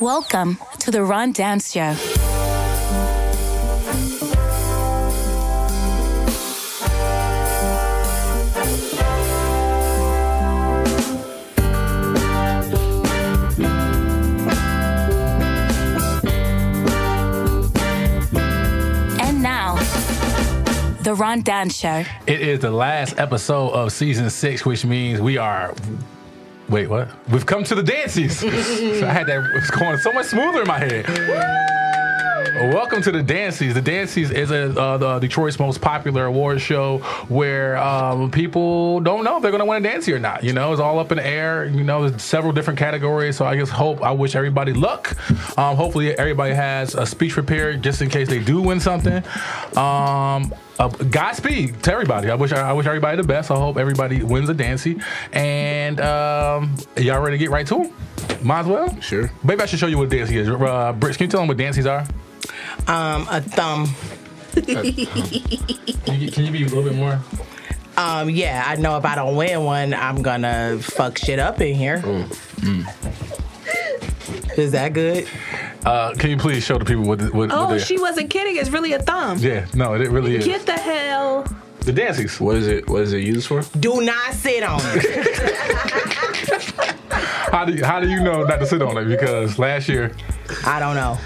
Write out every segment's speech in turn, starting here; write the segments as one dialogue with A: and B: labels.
A: Welcome to the Ron Dance Show. And now, the Ron Dance Show.
B: It is the last episode of season six, which means we are. Wait, what? We've come to the dances. I had that it's going so much smoother in my head. Woo! Welcome to the Dancies. The Dancies is a, uh, the Detroit's most popular award show where um, people don't know if they're going to win a Dancy or not. You know, it's all up in the air. You know, there's several different categories. So I just hope, I wish everybody luck. Um, hopefully, everybody has a speech prepared just in case they do win something. Um, uh, Godspeed to everybody. I wish I, wish everybody the best. I hope everybody wins a Dancy. And um, y'all ready to get right to it? Might as well.
C: Sure.
B: Maybe I should show you what a dancey is. Uh, Brits, can you tell them what dancies are?
D: Um, a thumb.
B: Can you, can you be a little bit more?
D: Um, yeah, I know if I don't win one, I'm gonna fuck shit up in here.
B: Mm.
E: Hmm.
D: Is that good?
B: Uh, can you please show the people what what, what
E: Oh,
B: they
E: she wasn't kidding. It's really a thumb.
B: Yeah, no, it really is.
E: Get the hell.
B: The dancies.
C: What is it? What is it used for?
D: Do not sit on it.
B: How do you, how do you know not to sit on it? Because last year,
D: I don't know.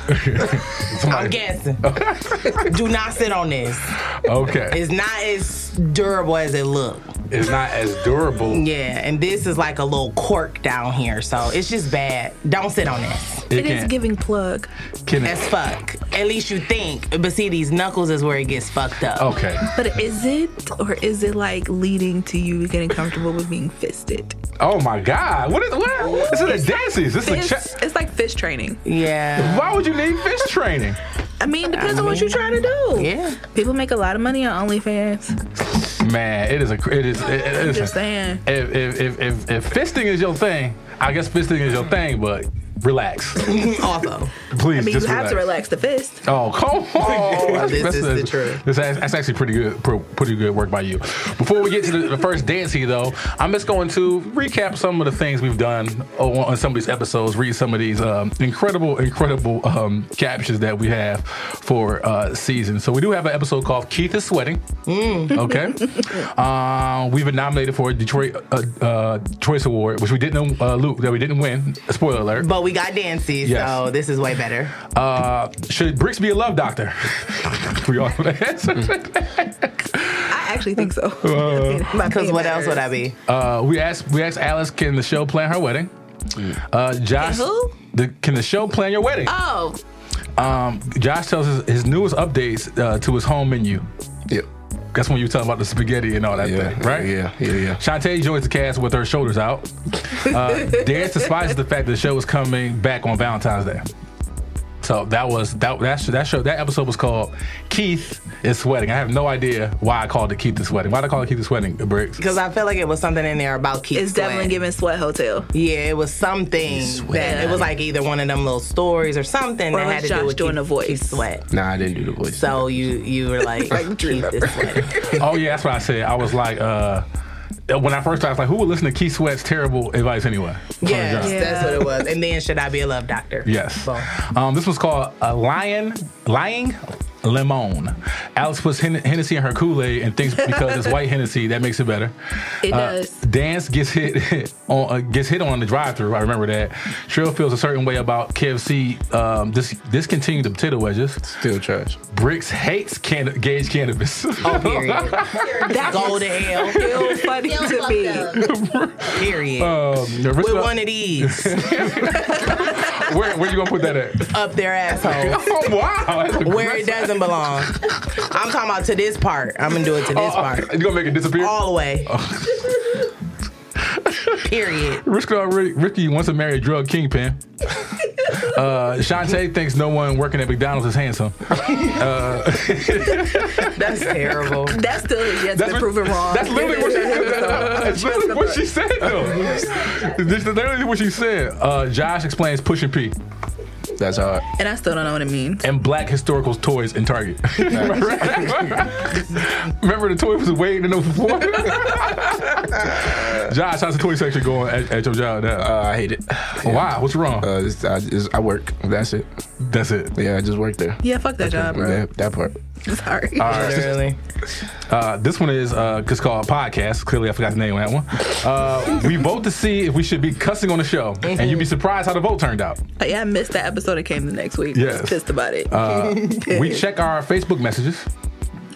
B: somebody.
D: I'm guessing. Do not sit on this.
B: Okay,
D: It's not as durable as it look.
B: it's not as durable.
D: Yeah, and this is like a little cork down here, so it's just bad. Don't sit on this.
B: It
E: It is
B: can't-
E: giving plug.
B: can
D: That's
B: it?
D: fuck. At least you think. But see, these knuckles is where it gets fucked up.
B: Okay,
E: But is it or is it like leading to you getting comfortable with being fisted?
B: Oh my God! What is what? This is the dances. This is
E: It's,
B: a check.
E: it's like fist training.
D: Yeah.
B: Why would you need fish training?
E: I mean, depends on what you're trying to do.
D: Yeah.
E: People make a lot of money on OnlyFans.
B: Man, it is a it is. It, it,
E: I'm
B: listen,
E: just saying.
B: If, if if if if fisting is your thing, I guess fisting is your thing. But relax,
D: also.
B: please.
E: I mean,
B: just
E: you have to relax the fist.
B: Oh, come on. That's-
D: This
B: that's
D: is
B: a-
D: the truth.
B: That's, act- that's actually pretty good, pr- pretty good work by you. Before we get to the, the first dance here, though, I'm just going to recap some of the things we've done o- on some of these episodes, read some of these um, incredible, incredible um, captions that we have for uh, season. So we do have an episode called Keith is Sweating.
E: Mm.
B: Okay. uh, we've been nominated for a Detroit uh, uh, Choice Award, which we didn't, uh, Luke, that we didn't win. Spoiler alert.
D: But we got dances,
B: Yes.
D: so this is way better.
B: Uh, should Bricks be a love doctor? we all know the answer. to
E: I actually think so.
D: Because what else would I be?
B: Uh, we asked we asked Alice, can the show plan her wedding?
D: Mm.
B: Uh, Josh,
E: Can who?
B: The, can the show plan your wedding?
E: Oh,
B: Um, Josh tells us his newest updates uh, to his home menu.
C: Yep.
B: That's when you talk about the spaghetti and all that
C: Yeah.
B: thing, right?
C: Yeah. Yeah. Yeah.
B: Shantae joins the cast with her shoulders out. Uh, Dance despises the fact that the show is coming back on Valentine's Day. So that was that that show, that show that episode was called Keith is sweating. I have no idea why I called it Keith is sweating. Why did I call it Keith is sweating? Bricks.
D: Because I feel like it was something in there about Keith.
E: it's definitely
D: Sweat.
E: giving sweat hotel.
D: Yeah, it was something that it was like either one of them little stories or something
E: Or
D: that
E: was
D: had to
E: Josh
D: do with
E: doing
D: Keith-
E: a voice?
D: Keith Sweat.
C: Nah, I didn't do the voice.
D: So you you were like Keith is sweat.
B: oh yeah, that's what I said. I was like, uh, when I first started, I was like, who would listen to Keith Sweat's terrible advice anyway? From
D: Yes,
B: Josh.
E: Yeah.
D: that's what it was. And then should I be a love doctor?
B: Oh, Yes.
D: Boom.
B: Um, this was called a lion, lying lemon. Alex puts Hen- Hennessy in her Kool Aid and thinks because it's white Hennessy that makes it better.
E: It
B: Uh,
E: does.
B: Dance gets hit on uh, gets hit on the drive through. I remember that. Trill feels a certain way about KFC um, dis- discontinued the potato wedges.
C: Still trash.
B: Bricks hates can- gauge cannabis.
D: Oh, period.
E: That
D: Go
E: was
D: to hell.
E: still funny to me.
D: Period.
B: Um, nervous
D: With
B: about-
D: one of these
B: where, where you gonna put that at?
D: up their asshole.
B: Oh wow! That's
D: Where it
B: aggressive.
D: doesn't belong. I'm talking about to this part. I'm gonna do it to this
B: Oh,
D: part.
B: You gonna make it disappear? Oh.
D: All the way. Period.
B: Ricky, Ricky wants to marry a drug kingpin. Uh, Shantae thinks no one working at McDonald's is handsome. Uh,
D: That's terrible.
E: That's still is yet to be
B: what-
E: proven wrong.
B: That's literally what she said. That's literally what she said, though. That's literally what she said. Uh, Josh explains pushing P.
C: That's hard.
E: And I still don't know what it means.
B: and black historical toys in Target. Remember the toy was waiting in the floor? Josh, how's the toy section going at, at your job now?
C: Uh, I hate it.
B: Why? What's wrong?
C: Uh, it's, I, it's, I work. That's it.
B: That's it.
C: Yeah, I just work there.
E: Yeah, fuck that job, bro.
C: Yeah, that part.
E: Sorry.
D: Literally.
B: Uh, this one is uh, it's called podcast. Clearly, I forgot the name of that one. Uh, we vote to see if we should be cussing on the show, and
E: Mm-hmm.
B: you'd be surprised how the vote turned out.
E: yeah, I missed that episode. It came the next week. I
B: Yes. Uh,
E: was pissed about it.
B: We check our Facebook messages.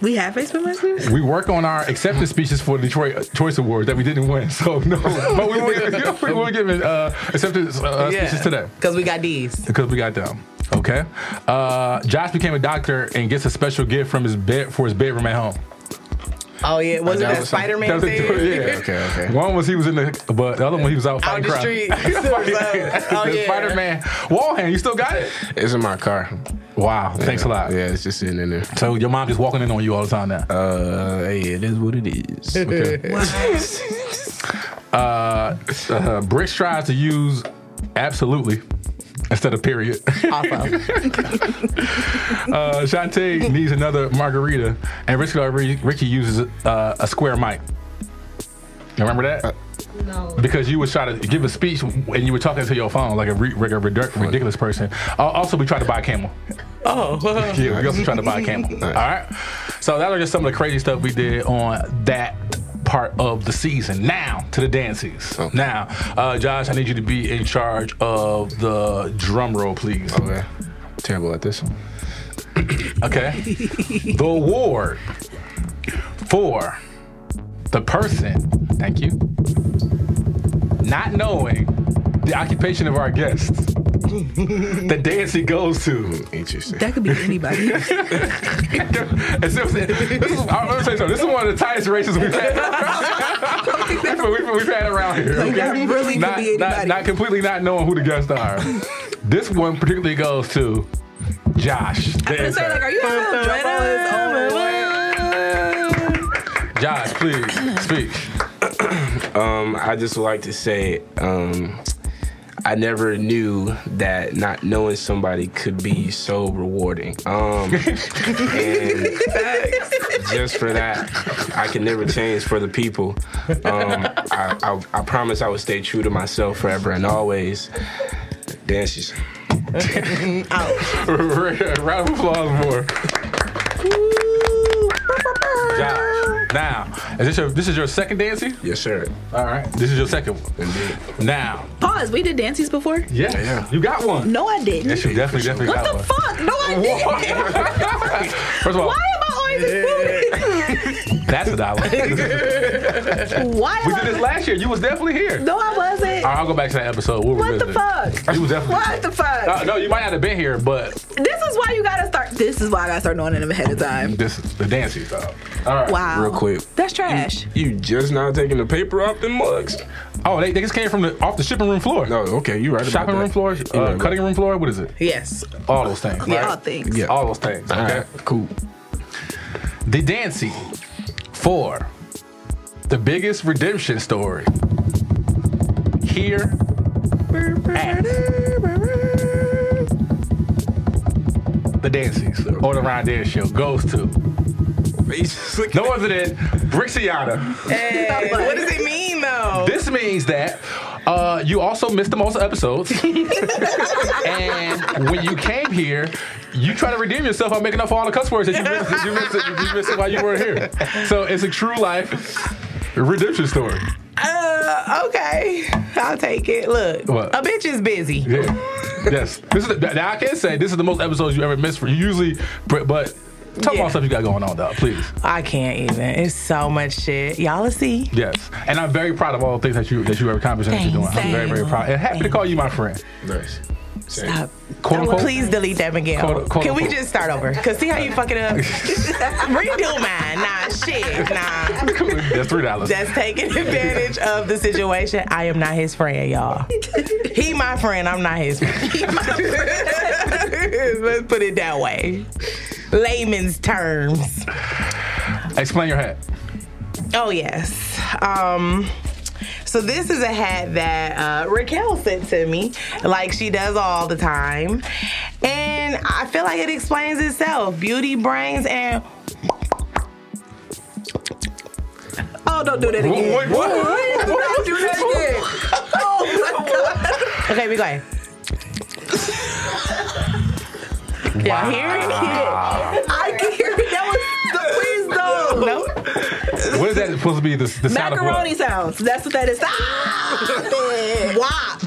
E: we have Facebook messages?
B: We work on our acceptance speeches for the Detroit uh, Choice Awards that we didn't win. So no, but we will get, we will get uh, acceptance uh,
D: Yeah.
B: speeches today.
D: Because we got these.
B: because we got them. Okay. Uh, Josh became a doctor and gets a special gift from his bed for his bedroom at home.
D: Oh, yeah.
C: That
D: Wasn't that,
C: was some-
D: Spider Man
B: That was
D: thing?
B: it, yeah.
C: Okay, okay.
B: One was he was in the, but the other one he was out
D: Out
B: fighting
D: the
B: crime.
D: street. oh, yeah.
B: Spider Man wall hand. You still got it?
C: It's in my car.
B: Wow. Thanks a lot.
C: Yeah, it's just sitting in there.
B: So your mom just walking in on you all the time now.
C: Uh, hey, it is what it is.
B: Uh, uh, Brick tries to use absolutely instead of period.
D: Awesome.
B: Uh, Shantae needs another margarita, and Ricky, already- Ricky uses uh, a square mic. You remember that?
C: Uh,
F: No.
B: because you was trying to give a speech and you were talking to your phone like a, re- like a ridic- ridiculous person. Al- Also, we tried to buy a camel.
D: Oh.
B: Yeah, we also tried to buy a camel. All right. So that was just some of the crazy stuff we did on that part of the season. Now to the dances.
C: Okay.
B: Now, uh, Josh, I need you to be in charge of the drum roll, please.
C: Okay. Terrible at this.
B: Okay. the award for the person, thank you, not knowing the occupation of our guest, the dance he goes to.
C: Interesting.
E: That could be anybody.
B: And so- this is, I'm gonna say something. This is one of the tightest races we've had. we've, we've- we've had around here.
E: Like, that
B: okay?
E: really could
B: not,
E: be
B: not-
E: anybody.
B: not completely not knowing who the guests are. this one particularly goes to Josh. the
E: I was gonna say,
B: intern.
E: like, are you gonna drop all this over?
D: Oh,
B: Josh, please speak.
C: Um, I just would like to say, um, I never knew that not knowing somebody could be so rewarding. Um, and just for that, I can never change for the people. Um, I, I, I promise I will stay true to myself forever and always. Dances.
B: Round of applause for. Josh. Now, is this your this is your second dancing?
C: Yes, sir.
B: All right. This is your second one.
C: Indeed.
B: Now,
E: Pause. We did dances before?
B: yes,
C: Yeah.
B: you got one.
E: No, I didn't.
B: Yes, you definitely definitely
E: what
B: got
E: the
B: one.
E: fuck? No, I didn't.
B: First of all,
E: Why am I always excluded?
B: that's a dollar. we did
E: Why am
B: this
E: I?
B: last year. You was definitely here.
E: No, I wasn't.
B: All right, I'll go back to that episode. We'll
E: What the
B: revisit it.
E: fuck?
B: You was definitely.
E: What the fuck?
B: Uh, no, you might not have been here, but
E: This is why you gotta start. This is why I gotta start knowing them ahead of time.
B: this the dancing. All right.
E: Wow.
C: Real quick.
E: That's trash.
C: You just now taking the paper off the mugs?
B: Oh, they, they just came from the off the shipping room floor.
C: No, okay, you right about
B: Shopping
C: that.
B: room floor,
C: You right
B: uh,
C: about-
B: cutting room floor. What is it?
D: Yes.
B: All those things.
E: Yeah,
B: right?
E: all things.
C: Yeah.
B: All those things.
C: All
B: Okay.
C: right, cool.
B: The dancing for the biggest redemption story here at the Dances or the Ron Dance Show goes to no other than Brixiana.
D: Hey, what does it mean, though?
B: This means that uh, you also missed the most episodes, and when you came here, you try to redeem yourself by making up for all the cuss words that you missed, that you missed, that you missed while you were here. So it's a true life redemption story.
D: Uh, okay. I'll take it. Look,
B: What?
D: a bitch is busy.
B: Yeah. yes. This is the, now I can say this is the most episodes you ever missed. For you usually, but, but talk
D: Yeah.
B: about stuff you got going on, dog. Please.
D: I can't even. It's so much shit. Y'all will see.
B: Yes. And I'm very proud of all the things that you that you ever accomplished and that you're doing. I'm
A: Thanks.
B: very very proud and happy to call you my friend.
C: Nice.
D: Stop.
B: Quote, unquote.
D: Please delete that, Miguel.
B: Quote- quote
D: Can we
B: unquote.
D: just start over? Cause see how you fuck it up. Redo mine. Nah, shit. Nah.
B: That's three dollars.
D: That's taking advantage of the situation. I am not his friend, y'all. He my friend. I'm not his friend. Let's put it that way. Layman's terms.
B: Explain your hat.
D: Oh yes. Um, So this is a hat that uh, Raquel sent to me, like she does all the time, and I feel like it explains itself. Beauty brings and.
E: Oh, don't do that again.
B: Wait, what?
E: Don't do that again. Oh my god.
D: Okay, we going. Y'all hear it?
E: I can hear it. That was the please
D: No.
B: What is that supposed to be? The, the
E: do
B: sound of
E: Macaroni
B: what?
E: sounds. That's what that is. Ah!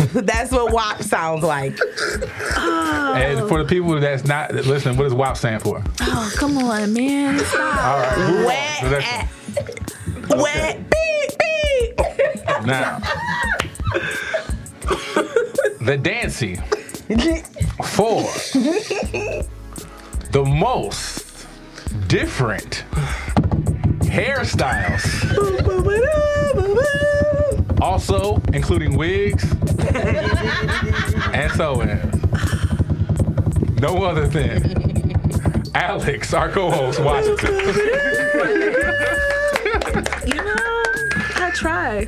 D: Wop. That's what wop sounds like.
B: And for the people that's not listening, what does WAP stand
D: Uh,
B: for?
E: Oh, come on, man. Stop.
B: All right, move on
D: Wet
B: to the next one.
D: at- Wet. Beep, beep.
B: Now, the Dancy for the most different hairstyles, also including wigs and so on. No other thing. Alex, our co-host, Washington.
E: You know, I try.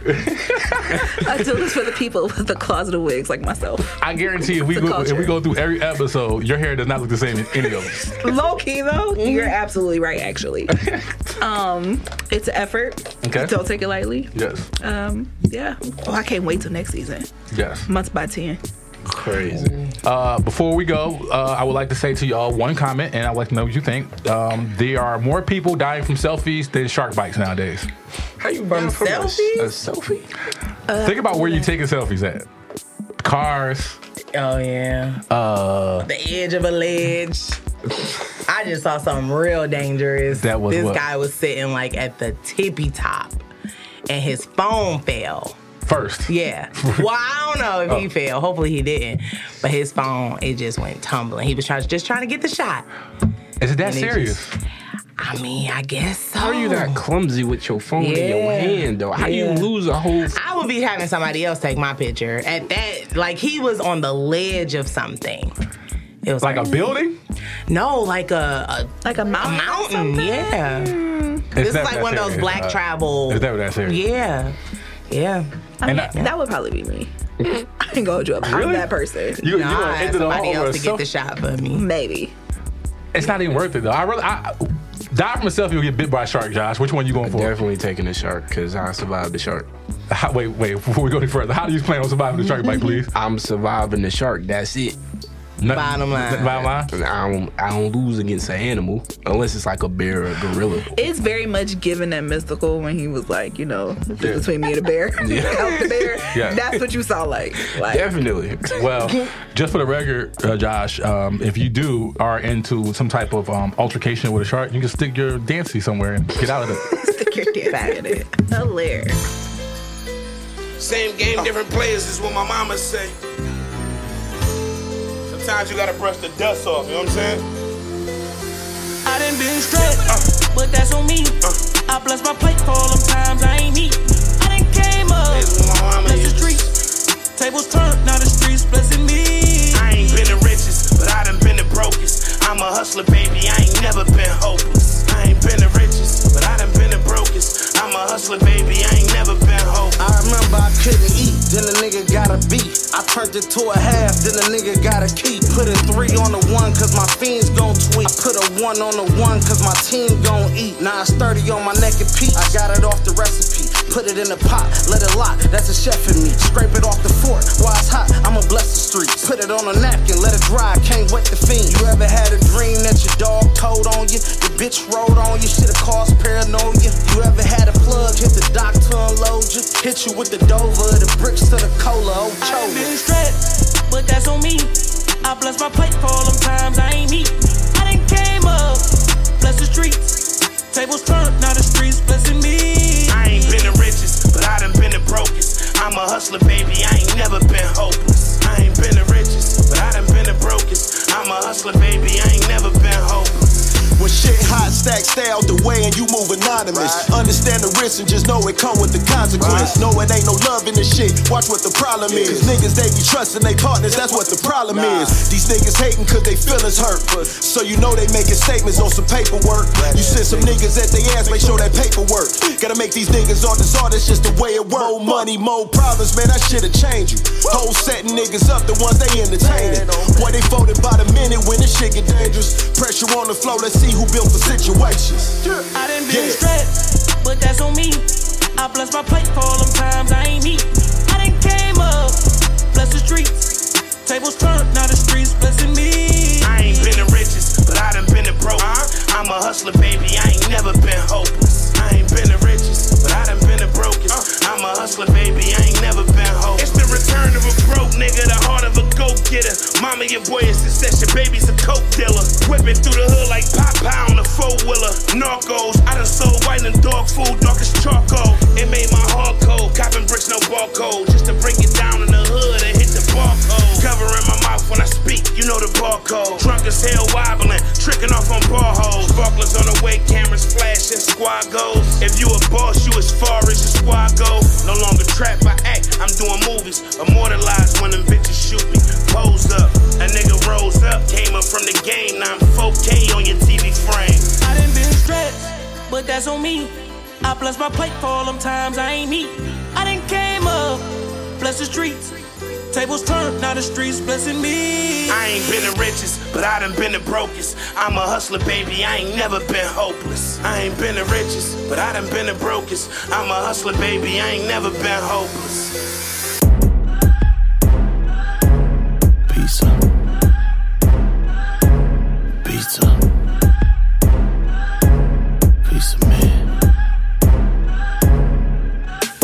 E: I do this for the people with the closet of wigs like myself.
B: I guarantee if we
E: It's a
B: go, if we
E: culture.
B: go through every episode, your hair does not look the same in any of us.
E: Low key though, you're absolutely right. Actually, um, it's an effort.
B: Okay.
E: Don't take it lightly.
B: Yes.
E: Um, yeah. Oh, I can't wait till next season.
B: Yes.
E: Months by ten.
C: Crazy.
B: Uh, before we go, uh, I would like to say to y'all one comment, and I'd like to know what you think. Um, there are more people dying from selfies than shark bites nowadays.
C: How you running from a, a
D: selfies?
C: selfie?
B: Think about where you're taking selfies at. Cars.
D: Oh yeah.
B: Uh,
D: The edge of a ledge. I just saw something real dangerous.
B: That was
D: this
B: what?
D: guy was sitting like at the tippy top, and his phone fell.
B: first. Oh.
D: Yeah. Well, I don't know if he fell. Hopefully he didn't. But his phone, it just went tumbling. He was trying, just trying to get the shot.
B: Is it that
D: And they
B: serious?
D: I mean, I guess so.
C: How you that clumsy with your phone in your
D: Yeah.
C: hand though? How
D: Yeah.
C: you lose a whole?
D: I would be having somebody else take my picture at that. Like he was on the ledge of something. It was
B: Like a building?
D: no, like a,
E: Like a
D: a
E: mountain.
D: mountain. Yeah.
B: It's
D: This
B: not
D: is like
B: that
D: one of those
B: serious.
D: black
B: Uh,
D: travel.
B: Is that what that's serious?
D: Yeah. Yeah.
B: And I-
E: That would probably be me. I ain't gonna hold you up.
B: Really?
E: I'm that person.
B: you, you
D: Nah,
B: gonna
D: I
B: end
D: had
B: it all
D: somebody
B: over a
D: else to get the
B: selfie?
D: shot for me.
E: Maybe.
B: It's not even worth it though. I really, I, die from a selfie, you'll get bit by a shark, Josh. Which one you going for?
C: Definitely taking a shark because I survived the shark.
B: How- wait, wait. Before we go any further, how do you plan on surviving the shark bite, please?
C: I'm surviving the shark. That's it.
B: Nothing-
D: Bottom line.
B: Bottom line.
C: I don't, I don't lose against an animal unless it's like a bear or a gorilla.
E: It's very much given that mystical when he was like, you know, the difference between me and a bear. Out the bear.
B: Yeah.
E: That's what you saw like. Like
C: Definitely.
B: Well, just for the record, uh, Josh, um, if you do are into some type of um, altercation with a shark, you can stick your dancy somewhere and get out of it.
E: stick your dick in it. Hilarious.
F: Same game, different players is what my mama say. Sometimes you gotta brush the dust off, you know what I'm saying?
G: I done been straight, uh, but that's on me. I bless my plate for all them times I ain't eat. I done came up,
F: That's what my mama
G: bless the
F: used to
G: streets. Tables turned, now the streets blessing me.
F: I ain't been the richest, but I done been the brokest. I'm a hustler, baby, I ain't never been hopeless. I ain't been the richest, but I done been the brokest. I'm a hustler, baby, I ain't never been hopeless.
H: I remember I couldn't eat, then a nigga got a beat. I turned it to a half, then a nigga got a key. Put a three on the one, cause my fiends gon' tweet. I put a one on the one, cause my team gon' eat. Now it's 30 on my neck and peak. I got it off the recipe. Put it in the pot, let it lock, that's a chef in me. Scrape it off the fork, while it's hot, I'ma bless the streets. Put it on a napkin, let it dry, can't wet the fiend. You ever had a dream that your dog told on you? Your bitch rode on you, should've caused paranoia. You ever had a plug, hit the dock to unload you? Hit you with the Dover, the bricks to the cola, oh,
G: I done
H: Ocho.
G: been straight, but that's on me. I bless my plate for all them times I ain't eat. I done came up, bless the streets. Tables turned, now the streets blessing me.
F: I ain't been the richest, but I done been the brokest. I'm a hustler, baby, I ain't never been hopeless. I ain't been the richest, but I done been the brokest. I'm a hustler, baby, I ain't never been hopeless.
I: When shit hot, stack stay out the way and you move anonymous. Understand stand the risk and just know it come with the consequence. No, it ain't no love in this shit. Watch what the problem is. Niggas, they be trusting they partners, that's what the problem is. These niggas hating cause they feelings hurt. So you know they making statements on some paperwork. You send some niggas at they ass, make sure that paperwork. Gotta make these niggas all this artists just the way it work. More money, more problems, man, that shit'll change you. Whole setting niggas up, the ones they entertaining. Boy, they folded by the minute when this shit get dangerous. Pressure on the flow, let's see who built for situations.
G: I done
I: Yeah.
G: been strapped, but that's on me. I bless my plate for all them times I ain't eat. I done came up, bless the streets. Tables turned, now the streets blessing me.
F: I ain't been the richest, but I done been the broke. I'm a hustler, baby. I ain't never been hopeless. I ain't been the richest, but I done been the brokest. I'm a hustler, baby. I ain't never been hopeless. It's the return of a broke nigga, the heart of a go getter. Mama, your boy is success. Your baby's a coke dealer. Whipping through the hood like Popeye on a four wheeler. Narcos, I done sold white and dog food, dark as charcoal. It made my heart cold. Copping bricks, no barcode. Just to bring it down in the hood and hit the barcode. Covering my mouth when I speak, you know the barcode. Drunk as hell, wobbling, tricking off on bar holes. Sparklers on the way, cameras flashing, squad goes. If you a boss, you as far as your squad go. No longer trap, I act, I'm doing movies. Immortalized when them bitches shoot me. Pose up, a nigga rose up, came up from the game. Now I'm 4K on your TV frame.
G: I done been stretched, but that's on me. I bless my plate for all them times I ain't eat. I done came up, bless the streets. Tables turned, now the streets blessing me.
F: I ain't been the richest, but I done been the brokest. I'm a hustler, baby. I ain't never been hopeless. I ain't been the richest, but I done been the brokest. I'm a hustler, baby. I ain't never been hopeless.
I: Pizza. Pizza. Pizza man.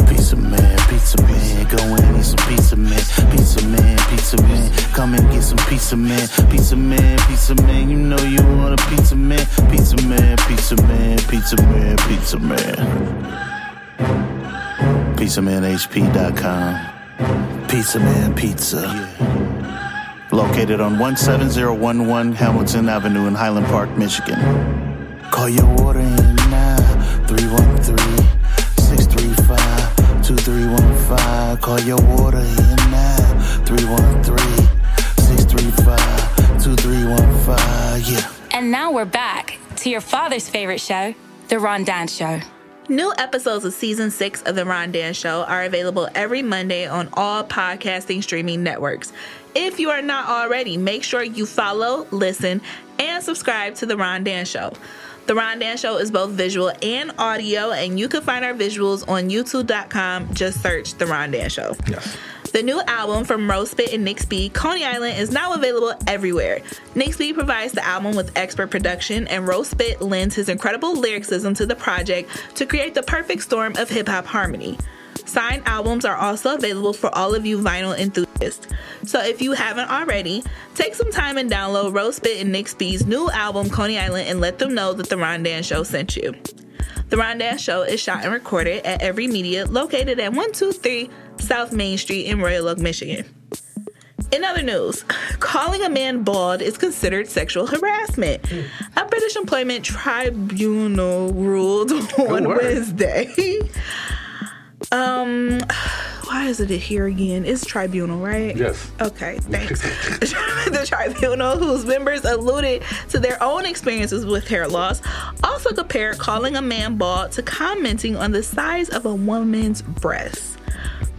I: Pizza man, pizza man. Go and eat some pizza man. Pizza man, pizza man. Come and get some pizza man. Pizza man, pizza man. You know you want a pizza man. Pizza man, pizza man, pizza man, pizza man. PizzamanHP.com. Pizza man pizza. Located on 17011 Hamilton Avenue in Highland Park, Michigan. Call your order in now 313 635 2315. Call your order in now 313 635 2315. Yeah.
A: And now we're back to your father's favorite show, The Ron Dance Show.
E: New episodes of season six of The Ron Dan Show are available every Monday on all podcasting streaming networks. If you are not already, make sure you follow, listen, and subscribe to The Ron Dan Show. The Ron Dan Show is both visual and audio, and you can find our visuals on youtube.com. Just search The Ron Dan Show.
B: Yes.
E: The new album from Rose Spit and Nick Speed, Coney Island, is now available everywhere. Nick Speed provides the album with expert production, and Rose Spit lends his incredible lyricism to the project to create the perfect storm of hip hop harmony. Signed albums are also available for all of you vinyl enthusiasts. So if you haven't already, take some time and download Rose Spit and Nick Speed's new album, Coney Island, and let them know that The Rondan Show sent you. The Rondell Show is shot and recorded at Every Media, located at 123 South Main Street in Royal Oak, Michigan. In other news, calling a man bald is considered sexual harassment. A British employment tribunal ruled on
B: word.
E: Wednesday. Um, why is it here again? It's tribunal, right?
B: Yes.
E: Okay, thanks. the tribunal, whose members alluded to their own experiences with hair loss, also compared calling a man bald to commenting on the size of a woman's breasts.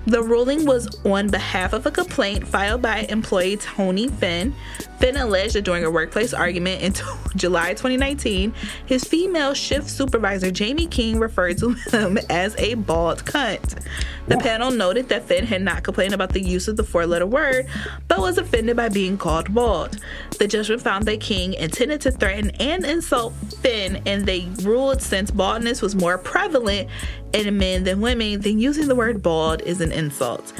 E: The ruling was on behalf of a complaint filed by employee Tony Finn. Finn alleged that during a workplace argument in July 2019, his female shift supervisor Jamie King referred to him as a bald cunt. The panel noted that Finn had not complained about the use of the four letter word, but was offended by being called bald. The judgment found that King intended to threaten and insult Finn, and they ruled since baldness was more prevalent in men than women, then using the word bald is an insult.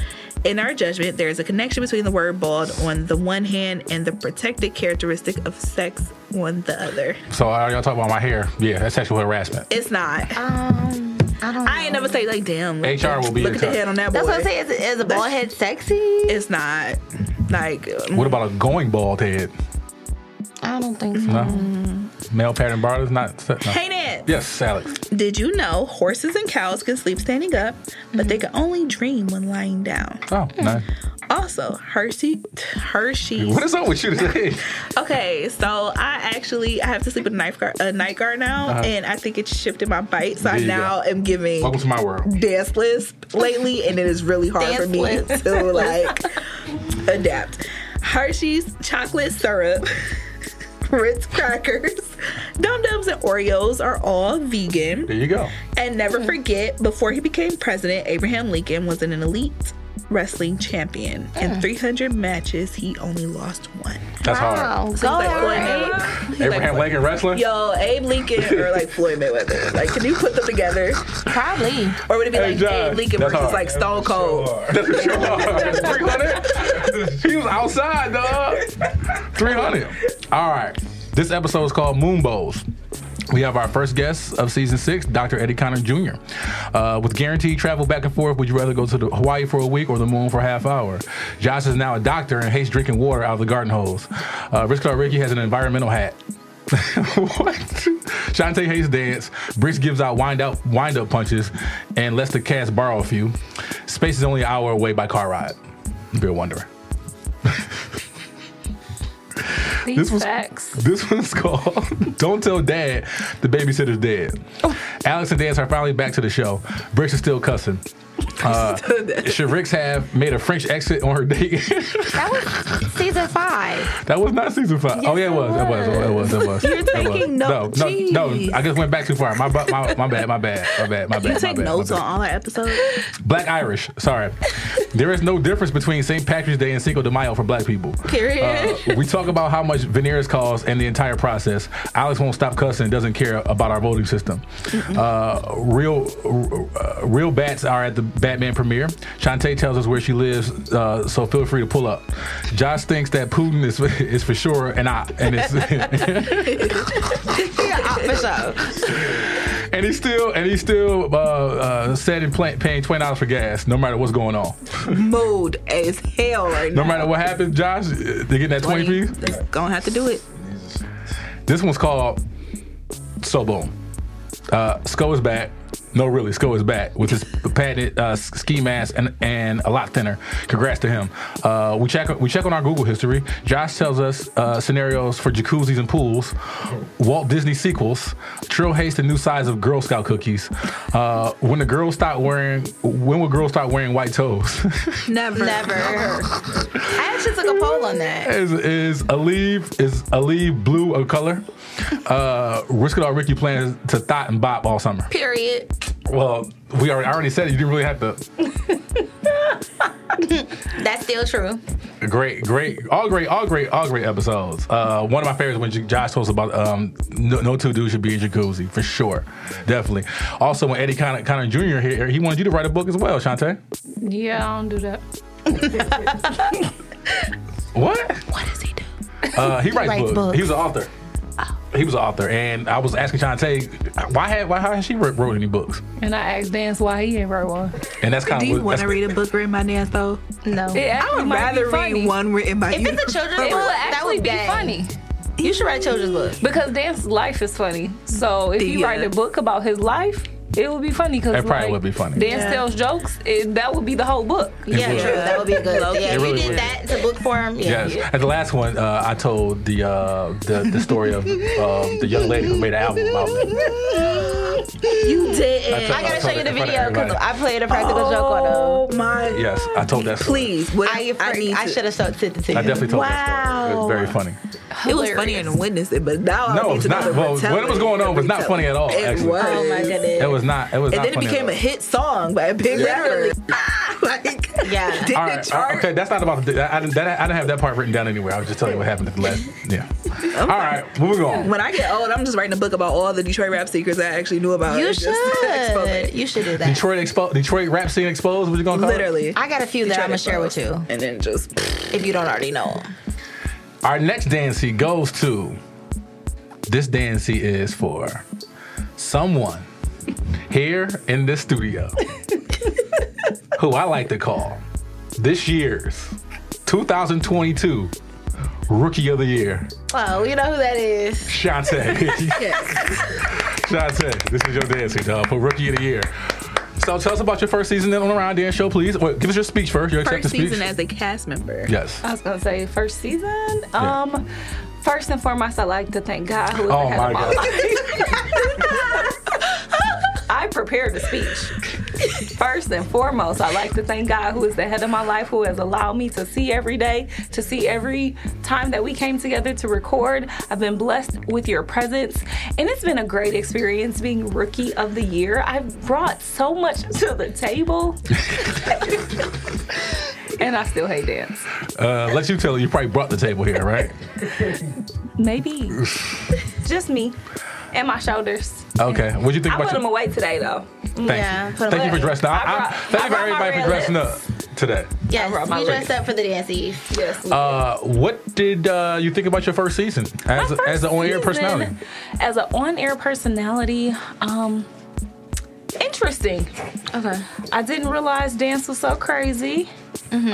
E: In our judgment, there is a connection between the word bald on the one hand and the protected characteristic of sex on the other.
B: So uh, y'all talk about my hair. Yeah, that's sexual harassment.
E: It's not.
J: Um, I don't.
E: I ain't never say like, damn. Look,
B: HR will be
E: look
B: in
E: at the
B: touch.
E: head on that boy.
J: That's what I'm saying. Is, is a bald head sexy?
E: It's not. Like, um,
B: What about a going bald head?
J: I don't think so.
B: No. Male pattern baldness not. se- No.
E: hey, that. Alex.
B: Yes, Alex.
E: Did you know horses and cows can sleep standing up, but they
J: Mm-hmm.
E: can only dream when lying down?
B: Oh, no.
E: Also, Hershey, Hershey's.
B: What is up with you today?
E: Okay, so I actually I have to sleep in a night guard, a night guard now, and I think it's shifted my bite, so
B: Uh-huh.
E: I
B: There you
E: now am giving
B: Welcome to my world.
E: dance list lately, and it is really hard for me
J: Dance
E: to like adapt. Hershey's chocolate syrup, Ritz crackers, Dum Dums, and Oreos are all vegan.
B: There you go.
E: And never forget, before he became president, Abraham Lincoln was an elite wrestling champion. In 300 matches, he only lost one.
B: That's hard.
J: Oh, go
E: Like Floyd
J: ahead.
E: Mayweather. He's like,
B: Abraham Lincoln wrestling?
E: Yo, Abe Lincoln or like Floyd Mayweather. Like, can you put them together?
J: Probably.
E: Or would it be
B: Hey,
E: like
B: Josh,
E: Abe Lincoln
B: that's
E: versus
B: hard.
E: like Stone Cold?
B: That's for sure. 300? She was outside, dog. 300. All right. This episode is called Moon Bowls. We have our first guest of season six, Dr. Eddie Connor Jr. Uh, with guaranteed travel back and forth, would you rather go to the Hawaii for a week or the moon for a half hour? Josh is now a doctor and hates drinking water out of the garden hose. Uh, Rich Clark Ricky has an environmental hat. what? Shantae hates dance. Bricks gives out wind out wind up punches, and lets the cast borrow a few. Space is only an hour away by car ride. If you're wondering,
K: These
B: This was-
K: facts.
B: this one's called "Don't Tell Dad the Babysitter's Dead." Alex and Dance are finally back to the show. Bricks is still cussing. Uh, should Ricks have made a French exit on her date?
J: That was season five.
B: that was not season five. oh yeah, it
J: it
B: was. It was. It was. It was. You're
E: taking notes.
B: No, no,
E: Jeez.
B: no. I just went back too far. My, bu- my, my bad. My bad. My bad. My bad.
E: You
B: my
E: take
B: bad, my
E: notes
B: bad. Uh,
E: on all our episodes?
B: Black Irish. Sorry. there is no difference between St. Patrick's Day and Cinco de Mayo for black people.
E: Period.
B: Uh, we talk about how much veneers cost and the entire process. Alex won't stop cussing and doesn't care about our voting system. Uh, real uh, real bats are at the Batman premiere. Shantae tells us where she lives, uh, so feel free to pull up. Josh thinks that Putin is, is for sure and I and it's
J: For sure.
B: and he's still and he's still uh, uh, set in pla- paying twenty dollars for gas no matter what's going on.
E: Mood as hell right
B: No
E: now.
B: matter what happens, Josh, they're getting that 20 piece.
E: Just Gonna have to do it.
B: This one's called So Boom. Uh, Sko is back. No, really, Sko is back with his padded uh, s- ski mask and, and a lot thinner. Congrats to him. Uh, we check we check on our Google history. Josh tells us uh, scenarios for jacuzzis and pools, Walt Disney sequels, Trill hates the new size of Girl Scout cookies. Uh, when the girls start wearing, when will girls start wearing white toes?
E: Never.
J: Never. I actually took a poll on that.
B: Is is Aleve is Aleve blue of color? Uh, risk it all. Ricky plans to thought and bop all summer.
J: Period.
B: Well, we already, I already said it. You didn't really have to.
J: That's still true.
B: Great, great, all great, all great, all great episodes. Uh, one of my favorites when J- Josh told us about um, no, no two dudes should be in jacuzzi for sure, definitely. Also, when Eddie Connor, Connor Jr. here, he wanted you to write a book as well, Shantae.
K: Yeah, I don't do that.
B: What?
E: What does he do?
B: Uh, he writes,
J: writes
B: books.
J: books.
B: He was an author. He was an author, and I was asking Shantae, why had why has she wrote, wrote any books?
K: And I asked Dance why he ain't wrote one.
B: And that's kind
E: Do
B: of
E: you want to read a book written by Nance though?
J: No.
K: It
J: If
K: actually
E: I would
K: might be
E: rather
K: funny.
E: read one written by you.
J: it's a children's
K: It
J: book,
K: would
J: that
K: actually
J: would
K: be
J: gay.
K: funny
J: You should write a children's book.
K: because Dance's life is funny. So if you
E: Yeah.
K: write a book about his life, it would be funny because
B: It probably would be funny.
K: Dance
E: Yeah.
K: tells jokes. It, that would be the whole book.
J: Yeah,
B: would.
J: true. That would be a good. Yeah, if
B: really
J: you did
B: would.
J: that to book form. Yeah.
B: Yes. At the last one, uh, I told the uh, the, the story of um, the young lady who made the album about me.
E: you did.
J: I gotta
B: told
J: show
B: it
J: you the
B: in front of
J: video because
B: everybody.
J: I played a practical joke on him.
E: my.
B: Yes, I told that. Story.
E: Please, what
J: I,
E: I, need.
J: I
E: to-
J: should have sent it to you.
B: I definitely told that story. It
E: Wow.
B: was very funny.
E: It was funny in the witness it, but now I
B: No,
E: need
B: it's
E: to
B: not.
E: know the
B: Well,
E: fatality
B: what was going on
E: of
B: was not
E: retell-
B: funny at all,
E: It
B: actually.
E: was.
J: Oh my goodness.
B: It was not. It was
E: And
B: not
E: then it
B: funny at
E: became a
B: all.
E: hit song by a big
J: Literally.
E: rapper. like,
J: Yeah.
E: Did
B: All
E: it
B: right.
E: chart?
B: uh, okay, that's not about the. I, I didn't. That, I didn't have that part written down anywhere. I was just telling you what happened at the last. Yeah. all right. Moving on.
E: When I get old, I'm just writing a book about all the Detroit rap secrets I actually knew about.
J: You
E: and just expose
J: should.
E: it.
J: You should do that.
B: Detroit expo- Detroit rap scene exposed. What you gonna call it?
E: Literally.
J: I got a few that I'm
E: Detroit
J: gonna share with you
E: exposed. And then just
J: if you don't already know 'em.
B: Our next dance he goes to. This dance he is for someone here in this studio who I like to call this year's 2022 Rookie of the Year,
J: Oh, you know who that is.
B: Shantae. Shantae, this is your dancing dog for Rookie of the Year. So tell us about your first season on the Round Dance Show, please. Wait, give us your speech first. Your
E: First
B: acceptance speech.
E: season as a cast member.
B: Yes.
K: I was gonna say first season.
B: Yeah.
K: Um, first and foremost, I like to thank God who
B: Oh,
K: has
B: my
K: my
B: God.
K: life. I prepared the speech. First and foremost, I like to thank God who is the head of my life, who has allowed me to see every day, to see every time that we came together to record. I've been blessed with your presence, and it's been a great experience being rookie of the year. I've brought so much to the table, and I still hate dance.
B: Uh, let you tell you probably brought the table here, right?
K: Maybe. Just me and my shoulders.
B: Okay. What'd you think
K: I
B: about
K: put
B: your-
K: them away today, though.
B: Thank you. Thank you for dressing up. I- I- Thank you for everybody for dressing up today.
J: Yes,
K: my
J: we
K: ring.
J: dressed up for the dance eve.
K: Yes.
B: Uh, what did uh, you think about your first season as
K: My first
B: as an on-air
K: season
B: personality?
K: As an on-air personality, um, interesting. Okay. I didn't realize dance was so crazy. Um,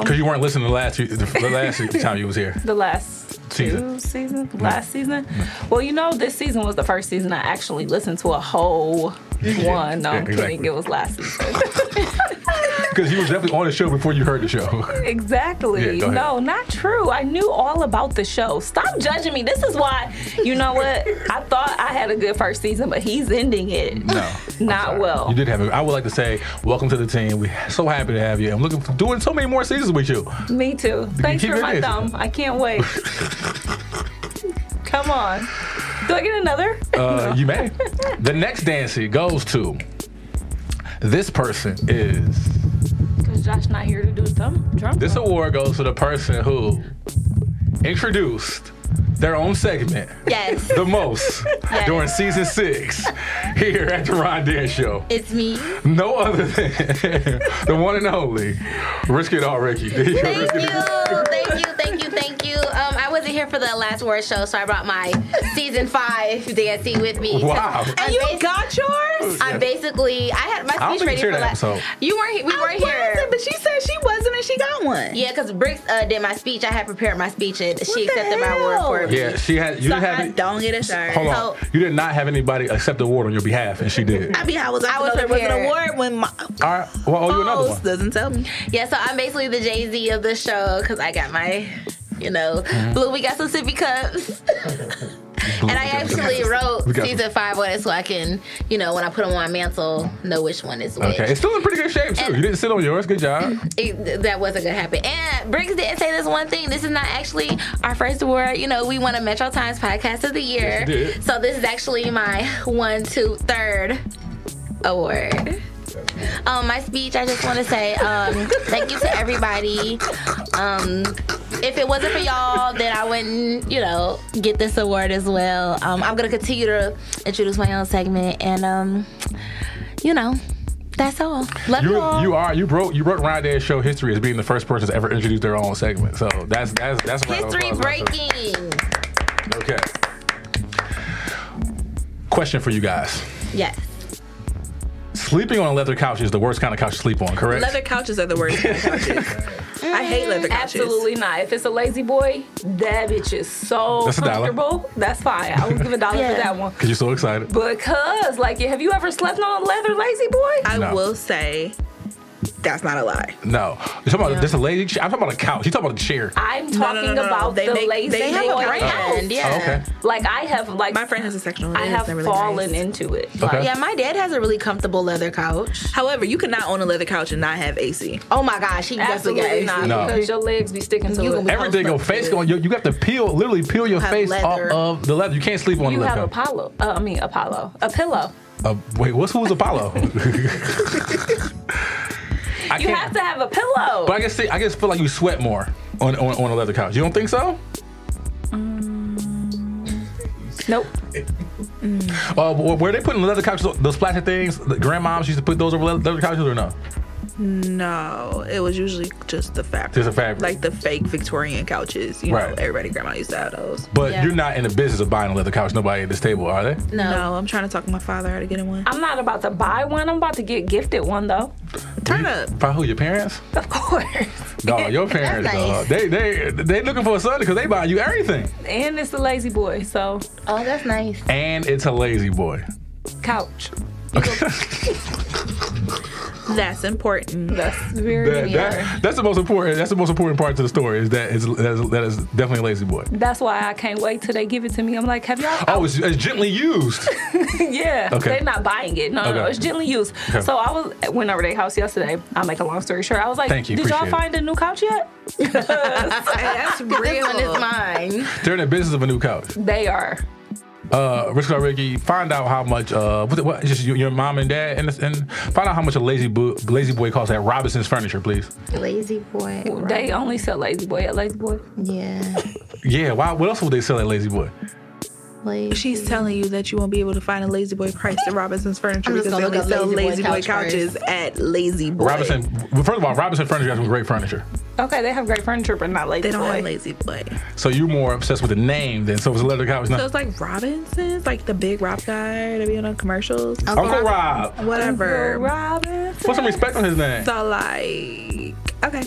B: Because you weren't listening the last few- the, the last time you was here.
K: the last
B: Season. Mm-hmm.
K: two seasons, last season. Well, you know, this season was the first season I actually listened to a whole
B: Yeah,
K: one. No,
B: yeah,
K: I'm kidding.
B: exactly.
K: It was last season.
B: Because you was definitely on the show before you heard the show.
K: Exactly.
B: Yeah, go ahead.
K: no, not true. I knew all about the show. Stop judging me. This is why, you know what? I thought I had a good first season, but he's ending it.
B: No.
K: Not well.
B: You did have it. I would like to say, welcome to the team. We're so happy to have you. I'm looking for doing so many more seasons with you.
K: Me too. Thanks
B: keep
K: for
B: it
K: my
B: in.
K: thumb. I can't wait. Come on. Do I get another?
B: Uh, You may. The next dancey goes to this person is
K: Because Josh not here to do thumb drum.
B: this
K: roll.
B: award goes to the person who introduced their own segment
J: Yes,
B: the most
J: Yes.
B: during season six here at the Ron Dance Show.
J: it's me.
B: No other than the one and only Risk It All Ricky.
J: Thank you, thank you, thank you, thank you. Um, I wasn't here for the last word show, so I brought my season five dancing with me.
B: Wow.
J: I'm
E: You
J: basi-
E: got yours?
J: I'm basically. I had my
B: I don't
J: speech
B: think
J: ready
B: you
J: for
B: heard that
J: last.
B: episode.
J: You weren't. he- We weren't here.
E: Wasn't, But she said she wasn't and she got one.
J: Yeah, because Bricks uh, did my speech. I had prepared my speech and
E: What
J: she
E: the
J: accepted my award
E: hell?
J: for me.
B: Yeah, she had you
E: so
B: didn't have
E: I
B: it-
E: don't get a shirt.
B: Hold on.
J: So-
B: you did not have anybody accept the award on your behalf, and she did.
E: I mean, how was I,
J: I was
E: supposed to know there was an
J: prepared.
E: award when my
B: All right. Well, I'll owe you another
E: boss
B: one.
E: doesn't tell me?
J: Yeah, so I'm basically the Jay Z of the show because I got my, you know,
B: Mm-hmm.
J: blue. We got some sippy cups, and I actually wrote
B: We got
J: season five on it so I can, you know, when I put them on my mantle, know which one is which.
B: Okay, it's still in pretty good shape too. You didn't sit on yours. Good job.
J: It- that wasn't gonna happen. And Briggs didn't say this one thing. This is not actually our first award. You know, we won a Metro Times Podcast of the Year.
B: Yes, you did.
J: So this is actually my one, two, third award. Um, my speech. I just want to say um, thank you to everybody. Um, if it wasn't for y'all, then I wouldn't, you know, get this award as well. Um, I'm gonna continue to introduce my own segment, and um, you know, that's all. Love
B: You
J: all.
B: you are you broke you broke Ryan Dad's show history as being the first person to ever introduce their own segment. So that's that's that's a round of
J: History
B: applause right there.
J: breaking.
B: Okay. Question for you guys:
J: Yes.
B: Sleeping on a leather couch is the worst kind of couch to sleep on, correct?
E: Leather couches are the worst kind of couches. I hate leather couches.
K: Absolutely not. If it's a lazy boy, that bitch is so
B: That's a dollar.
K: comfortable. That's fine. I would give a dollar for
J: Yeah.
K: that one.
B: Cause you're so excited.
K: Because, like, have you ever slept on a leather lazy boy?
E: I
B: No.
E: will say that's not a lie.
B: No, you're talking about this a lazy. chair- I'm talking about a couch. You talking about a chair?
K: I'm
E: no,
K: talking
E: no, no, no.
K: about
E: They
K: the
E: make-
K: lazy
E: they have a
K: boy
E: brand.
K: house.
J: And yeah.
B: Oh, okay.
K: Like I have like
E: My friend has a section on it.
K: I
E: It's
K: have
E: really
K: fallen
E: nice.
K: into it.
B: Okay.
J: Yeah, my dad has a really comfortable leather couch.
E: However, you cannot own a leather couch and not have AC.
J: Oh my gosh, he definitely got
K: Absolutely
J: AC.
K: not.
B: No.
K: Because your legs be sticking to
J: You
K: it.
J: gonna
B: Everything your face going. You, you have to peel, literally peel your
J: Have
B: face off
J: leather.
B: of the leather. You can't sleep on
K: you
B: the
K: have
B: leather. couch.
K: Apollo. Uh, I mean Apollo. A pillow.
B: Uh, wait, what's who's Apollo? I
K: You have to have a pillow.
B: But I guess I guess feel like you sweat more on, on on a leather couch. You don't think so?
K: nope.
B: Uh, were were they putting leather couches, on- those plastic things? The grandmoms used to put those over leather, leather couches, or no?
E: Mm, No, it was usually just the fabric.
B: Just the fabric.
E: Like the fake Victorian couches. You
B: Right.
E: know, everybody grandma used to have those.
B: But
J: Yeah.
B: you're not in the business of buying a leather couch. Nobody at this table, are they?
J: No.
E: No, I'm trying to talk my father out of getting one.
K: I'm not about to buy one. I'm about to get gifted one though.
E: Turn up.
B: By who? Your parents?
K: Of course.
B: Dog, your parents,
K: nice.
B: dog, they they they looking for a son because they buy you everything,
K: And it's the lazy boy, so.
J: Oh, that's nice.
B: and it's a lazy boy.
K: Couch.
E: That's important.
K: That's
B: That,
K: very
B: that, that's the most important. That's the most important part to the story is that is that is, that is definitely a lazy boy.
K: That's why I can't wait till they give it to me. I'm like, have y'all?
B: Oh, it's, it's gently used.
K: yeah,
B: Okay.
K: they're not buying it. No, no, no,
B: Okay.
K: it's gently used.
B: Okay.
K: So I was went over to their house yesterday. I make a long story short. I was like,
B: Thank you,
K: did y'all
B: appreciate it.
K: find a new couch yet?
E: that's real.
J: This one is mine.
B: They're in the business of a new couch.
K: They are.
B: Uh, Rich Clark Ricky, find out how much. Uh, what, what just your, your mom and dad, and, and find out how much a lazy bo- lazy boy costs at Robinson's Furniture, please.
J: Lazy boy.
K: They only sell Lazy Boy at Lazy Boy.
J: Yeah.
B: Yeah, why? What else would they sell at Lazy Boy?
J: Lazy.
E: She's telling you that you won't be able to find a Lazy Boy price at Robinson's Furniture
J: I'm just
E: because they
J: gonna
E: only
J: look
E: sell
J: up
E: Lazy
J: Lazy Boy
E: Boy
J: couch
E: couches at Lazy Boy.
B: Robinson. well, First of all, Robinson Furniture has some great furniture.
K: Okay, they have great furniture, but not Lazy
E: They don't
K: Boy.
E: have Lazy Boy.
B: So you're more obsessed with the name than so it's a leather couch.
E: So
B: No.
E: it's like Robinson's, like the big Rob guy that be on commercials.
B: Uncle Rob.
E: Whatever.
K: Robin.
B: Put some respect on his name.
E: So like, okay.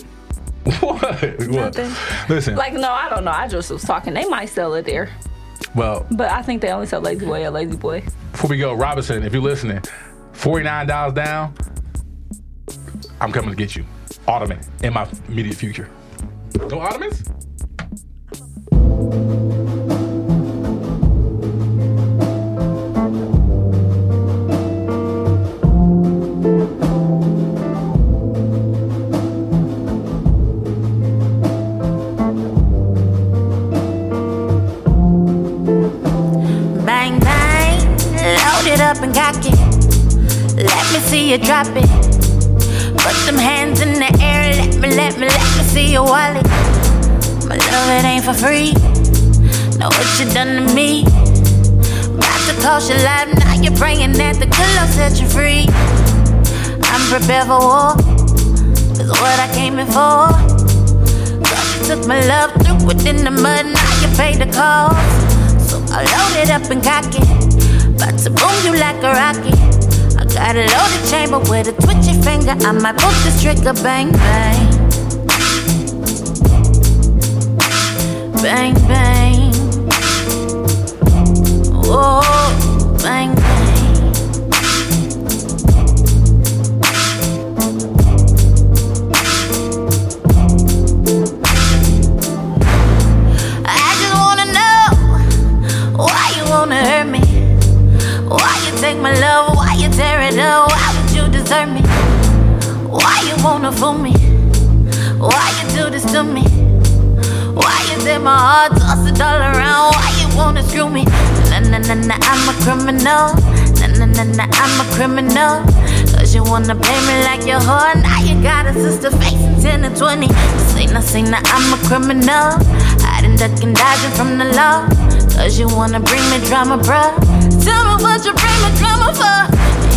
B: What? What?
E: Nothing.
B: Listen.
K: Like no, I don't know. I just was talking. They might sell it there,
B: well,
K: but I think they only sell Lazy Boy at Lazy Boy.
B: before we go, Robinson, if you're listening, forty nine dollars down. I'm coming to get you, Ottoman, in my immediate future. No Ottomans?
L: Bang bang, load it up and cock it. Let me see you drop it. Put them hands in the air. Let me, let me, let me see your wallet. My love, it ain't for free. Know what you done to me? About to cost your life. Now you're praying that the good Lord set you free. I'm prepared for war. Is what I came in for. Thought you took my love, threw it in the mud. Now you paid the cost. So I load it up and cock it. About to boom you like a rocket. I got a loaded chamber with a twitchy finger. I might book this trigger, bang, bang. Bang, bang. Whoa, bang, bang. I just wanna know. Why you wanna hurt me? Why you take my love? Why you tear it up? Why would you desert me? Why you wanna fool me? Why you do this to me? Why you take my heart, toss it all around? Why you wanna screw me? Na na na na, I'm a criminal. Na na na na, I'm a criminal. Cause you wanna play me like your whore. Now you got a sister facing 10 and 20. Say now, say now, I'm a criminal. Hiding, ducking, dodging from the law. Cause you wanna bring me drama, bruh. Tell me what you bring me drama for.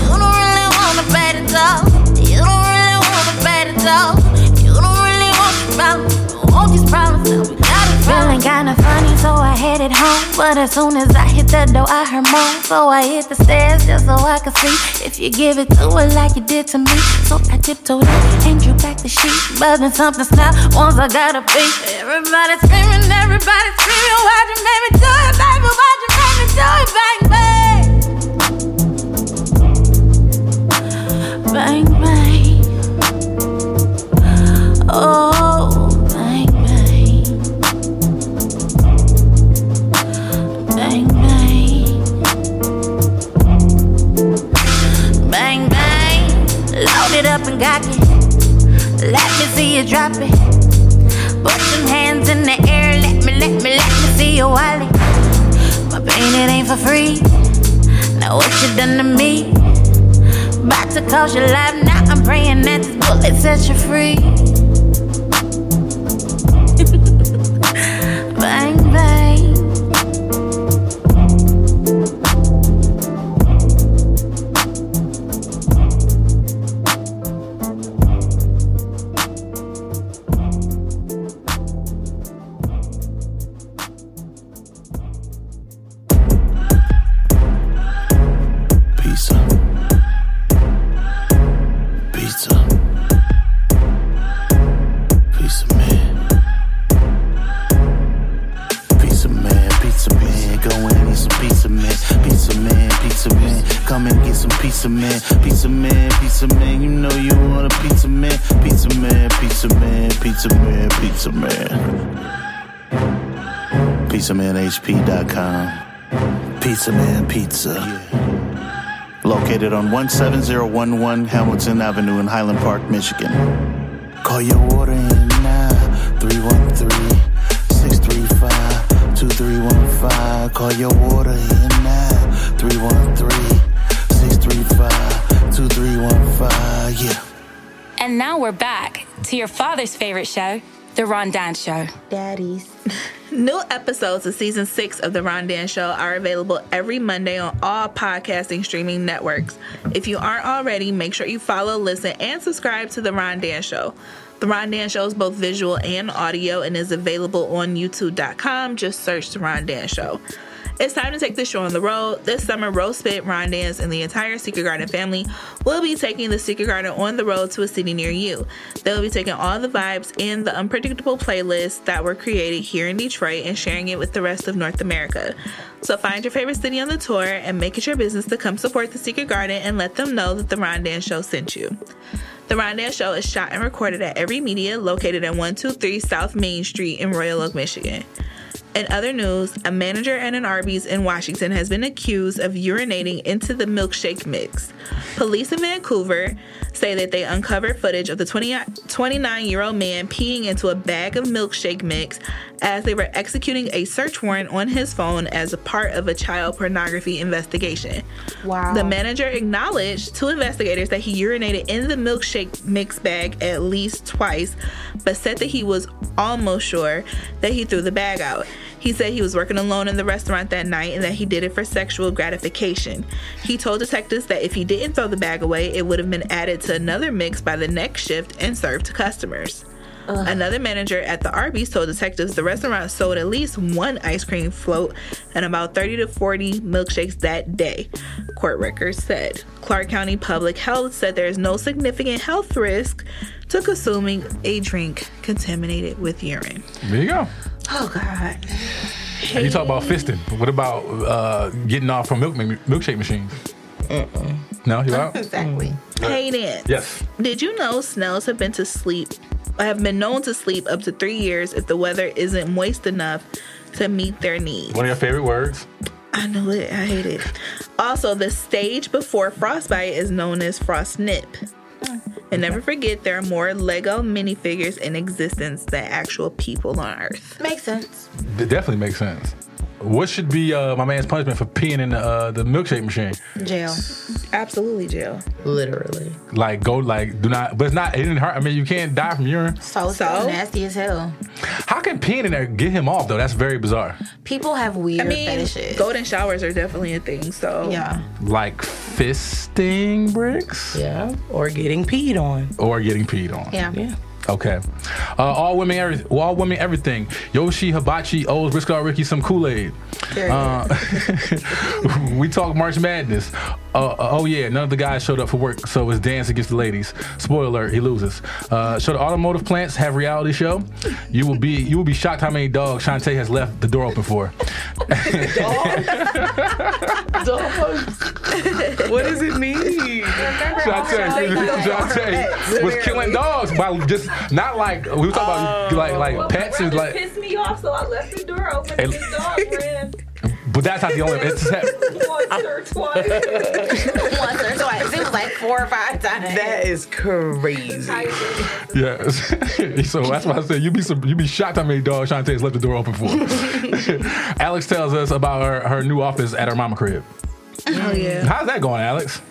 L: You don't really wanna bet it all. You don't really wanna bet it all. You don't really want the problems. You want these problems. Now we got it Feeling kinda funny, so I headed home. But as soon as I hit the door, I heard moan. So I hit the stairs just so I could see if you give it to her like you did to me. So I tiptoed in and drew back the sheet. Buzzing something snap once I got a beat. Everybody screaming, everybody screaming. Why'd you make me do it, baby? Why'd you make me do it? Bang, bang. Bang, bang. Oh, bang, bang. Bang, bang. Bang, bang. Load it up and cock it. Let me see you drop it. Put them hands in the air. Let me, let me, let me see your wallet. My pain, it ain't for free. Now what you done to me? About to cost your life. Now I'm praying that this bullet sets you free. bang, bang.
I: Pizza. Pizza.
M: pizza man, pizza man, pizza man. You know you want a pizza man, pizza man, pizza man, pizza man, pizza man. PizzamanHP.com. Pizza Man Pizza. Located on 17011 Hamilton Avenue in Highland Park, Michigan. Call your order in now 313 635 2315. Call your order in now 313 635 2315. Yeah.
A: And now we're back to your father's favorite show, The Ron Dance Show.
E: Daddies. New episodes of season six of The Ron Dan Show are available every Monday on all podcasting streaming networks. If you aren't already, make sure you follow, listen, and subscribe to The Ron Dan Show. The Ron Dan Show is both visual and audio and is available on youtube.com. Just search The Ron Dan Show. It's time to take the show on the road. This summer, Roast Pit, Ron Dance, and the entire Secret Garden family will be taking the Secret Garden on the road to a city near you. They'll be taking all the vibes and the unpredictable playlists that were created here in Detroit and sharing it with the rest of North America. So find your favorite city on the tour and make it your business to come support the Secret Garden and let them know that the Ron Dance Show sent you. The Rondell Show is shot and recorded at Every Media, located at 123 South Main Street in Royal Oak, Michigan. In other news, a manager at an Arby's in Washington has been accused of urinating into the milkshake mix. Police in Vancouver say that they uncovered footage of the 29 year old man peeing into a bag of milkshake mix as they were executing a search warrant on his phone as a part of a child pornography investigation.
J: Wow.
E: The manager acknowledged to investigators that he urinated in the milkshake mix bag at least twice, but said that he was almost sure that he threw the bag out. He said he was working alone in the restaurant that night and that he did it for sexual gratification. He told detectives that if he didn't throw the bag away, it would have been added to another mix by the next shift and served to customers. Another manager at the Arby's told detectives the restaurant sold at least one ice cream float and about 30 to 40 milkshakes that day, court records said. Clark County Public Health said there is no significant health risk to consuming a drink contaminated with urine.
B: There you go.
E: Oh, God.
B: You talk about fisting. What about uh, getting off from milk milkshake machines? No, you out?
E: exactly. Hayden.
B: Yes.
E: Did you know snails have been to sleep have been known to sleep up to three years if the weather isn't moist enough to meet their needs?
B: One of your favorite words.
E: I know it. I hate it. Also, the stage before frostbite is known as frost nip. And never forget, there are more Lego minifigures in existence than actual people on Earth.
J: Makes sense.
B: It definitely makes sense. What should be uh, my man's punishment for peeing in the, uh, the milkshake machine?
E: Jail. Absolutely jail.
B: Literally. Like go like do not, but it's not. It didn't hurt. I mean, you can't die from urine.
J: So, so nasty as hell.
B: How can peeing in there get him off though? That's very bizarre.
J: People have weird
E: I mean,
J: fetishes.
E: golden showers are definitely a thing. So
J: yeah,
B: Like fisting bricks.
D: Yeah. Or getting peed on.
B: Or getting peed on.
J: yeah, yeah.
B: Okay. Uh, all women, every, all women, everything. Yoshi Hibachi owes Riscar Ricky some Kool Aid.
J: There it
B: Uh, we talk March Madness. Uh, uh, oh yeah, none of the guys showed up for work, so it's dance against the ladies. Spoiler: alert, he loses. Uh, show the automotive plants have reality show. You will be you will be shocked how many dogs Shantae has left the door open for.
D: what does it mean? Oh,
B: Shantae, Shantae was killing dogs by just not like we were talking about like
K: Oh.
B: like pets and like.
K: pissed me off, so I left the door open.
B: Hey,
K: And this dog ran
B: But that's not the only. It's
K: once or twice.
J: Once or twice. It was like four or five times.
D: That is crazy.
B: yes. so that's why I said you be some, you be shocked how many dogs Shantae's left the door open for. Alex tells us about her her new office at her mama crib.
E: Oh
J: Mm.
E: yeah.
B: How's that going, Alex?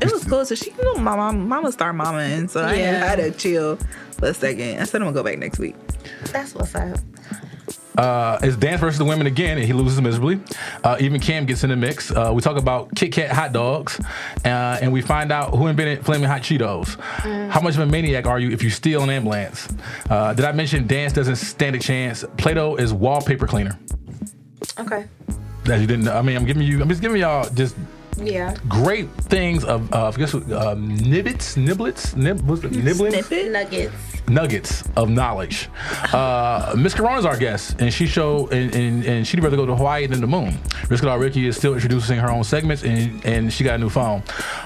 E: It was cool. So she, you know, my mom, mama star mama, and so I
J: Yeah.
E: had to chill for a second. I said I'm gonna go back next week.
J: That's what's up.
B: Uh, it's dance versus the women again, and he loses miserably. Uh, even Cam gets in the mix. Uh, we talk about Kit Kat hot dogs, uh, and we find out who invented flaming hot Cheetos. How much of a maniac are you if you steal an ambulance? Uh, did I mention dance doesn't stand a chance? Play-Doh is wallpaper cleaner.
J: Okay.
B: That you didn't. I mean, I'm giving you. I'm just giving y'all just
J: Yeah.
B: great things of uh, I guess what, um, nibbits, niblets, nib, what's it, nibbling,
J: Nuggets.
B: nuggets. nuggets of knowledge. Uh, Miss Corona's our guest, and she showed and, and, and she'd rather go to Hawaii than the moon. Miss Corona Ricky is still introducing her own segments, and, and she got a new phone.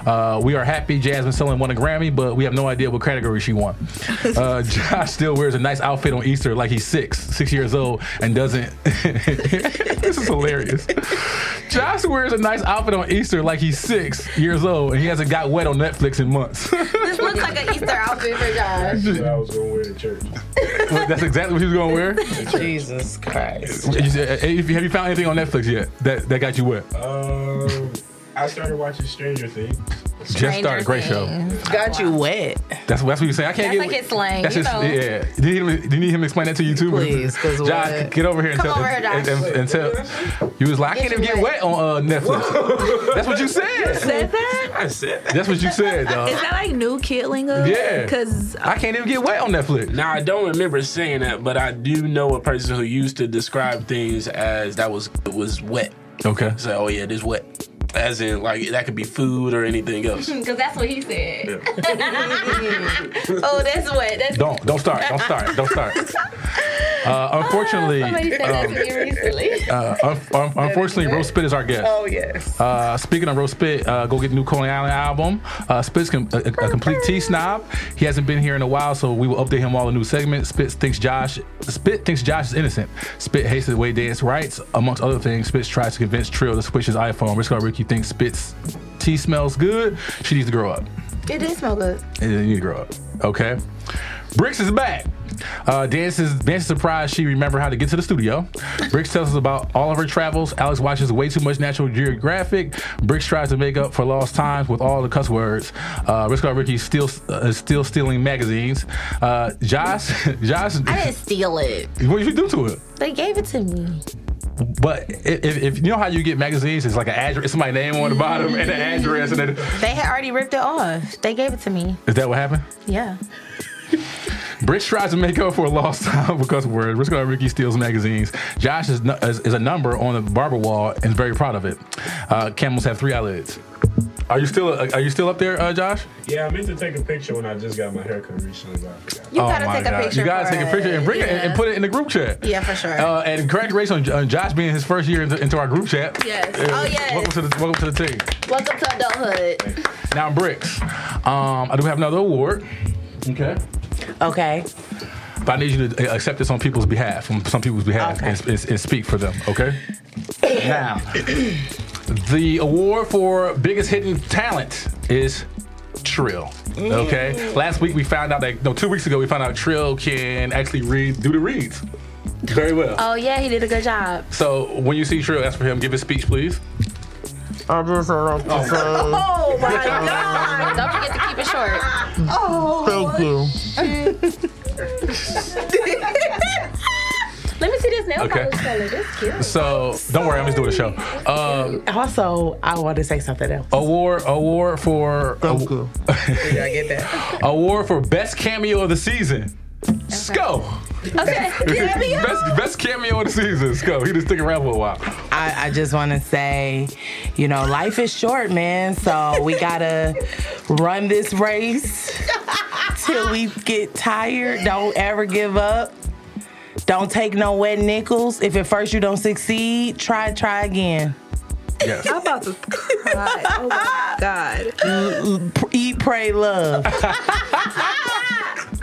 B: Uh, we are happy Jasmine Sullen won a Grammy, but we have no idea what category she won. Uh, Josh still wears a nice outfit on Easter like he's six, six years old, and doesn't. this is hilarious. Josh wears a nice outfit on Easter like he's six years old, and he hasn't got wet on Netflix in months.
J: This looks like an Easter outfit for
B: I
J: Josh.
B: was gonna wear to church. That's exactly what she was gonna wear.
D: Jesus Christ!
B: Have you found anything on Netflix yet that, that got you wet?
N: Um, I started watching Stranger Things.
B: Just started, great show.
D: Got you wet.
B: That's that's what you saying. I can't
J: That's
B: get.
J: like his slang,
B: That's
J: you
B: his-
J: know.
B: yeah. Do you, need him, do you need him to explain that to you too? Please, because Josh,
D: what?
B: get over here and
D: Come
B: tell.
D: over here,
B: and,
D: Josh.
B: and- and tell. You was like, I
D: Get
B: can't even
D: you
B: get wet, on uh, Netflix. that's what you said.
E: You said that?
B: I said. That's what you said, dog.
E: Is that like new Kid Lingo?
B: Yeah.
E: Because
B: I can't even get wet on Netflix.
C: Now I don't remember saying that, but I do know a person who used to describe things as that was it was wet.
B: Okay.
C: So oh yeah, this wet. As in like that could be food or anything else.
J: Because that's what he said. oh, that's what. That's
B: Don't don't start. Don't start. Don't start. Uh, unfortunately,
J: Ah, Somebody said that
B: um,
J: to me recently.
B: uh, un- un- unfortunately, Roast Spit is our guest.
D: Oh yes.
B: Uh, speaking of Roast Spit, uh, go get the new Coney Island album. Uh, Spit's com- a, a complete T snob. He hasn't been here in a while, so we will update him all the new segments. Spit thinks Josh. Spit thinks Josh is innocent. Spit hates the way dance rights, amongst other things. Spit tries to convince Trill to switch his iPhone. Risk Ricky thinks Spit's tea smells good. She needs to grow up.
J: It did smell good.
B: And then you grow up. Okay. Bricks is back. Uh, dance is dance is surprised she remembered how to get to the studio. Bricks tells us about all of her travels. Alex watches way too much Natural Geographic. Bricks tries to make up for lost times with all the cuss words. Uh, Risk Ricky still uh, is still stealing magazines. Uh, Josh, Josh,
J: I didn't steal it.
B: what did you do to it?
J: They gave it to me.
B: But if, if, if you know how you get magazines, it's like an address, it's my name on the bottom and an address, and then,
J: They had already ripped it off. They gave it to me.
B: is that what happened?
J: Yeah.
B: Bridge tries to make up for a lost time because we're Risk of Ricky steals magazines. Josh is, nu- is, is a number on the barber wall and is very proud of it. Uh, camels have three eyelids. Are you still are you still up there, uh, Josh?
N: Yeah, I meant to take a picture when I just got my haircut recently, but I forgot.
B: You
C: Oh
B: gotta take a picture. Oh, You gotta take a picture and bring it and- and put it in the group chat.
E: Yeah, for sure.
B: Uh, and congratulations on on Josh being his first year into, into our group chat.
J: Yes. Oh, yes.
B: Welcome to the welcome to the team.
J: Welcome to adulthood.
B: Now bricks. Um, I do have another award. Okay.
D: Okay.
B: But I need you to uh, accept this on people's behalf, on some people's behalf, and, and, and speak for them. Okay. now, the award for biggest hidden talent is Trill. Okay. Last week we found out that no, two weeks ago we found out Trill can actually read, do the reads very well.
J: Oh yeah, he did a good job.
B: So when you see Trill, ask for him. Give his speech, please. Uh,
H: I just want to
J: Oh my god! Oh. Don't forget to keep it short.
H: Thank you.
J: Let me see this nail
B: Okay.
J: polish color. That's cute.
B: So don't worry, I'm just doing a show. Um,
D: also, I want to say something else.
B: Award, award for Thank you.
D: I get that.
B: award for best cameo of the season. Sco.
J: Okay.
B: best, best cameo of the season. Sco. Oh, He just stick around for a while.
D: I, I just want to say, you know, life is short, man. So we gotta run this race till we get tired. Don't ever give up. Don't take no wet nickels. If at first you don't succeed, try, try again.
B: Yes.
E: I'm about to cry. Oh my god.
D: Eat, pray, love.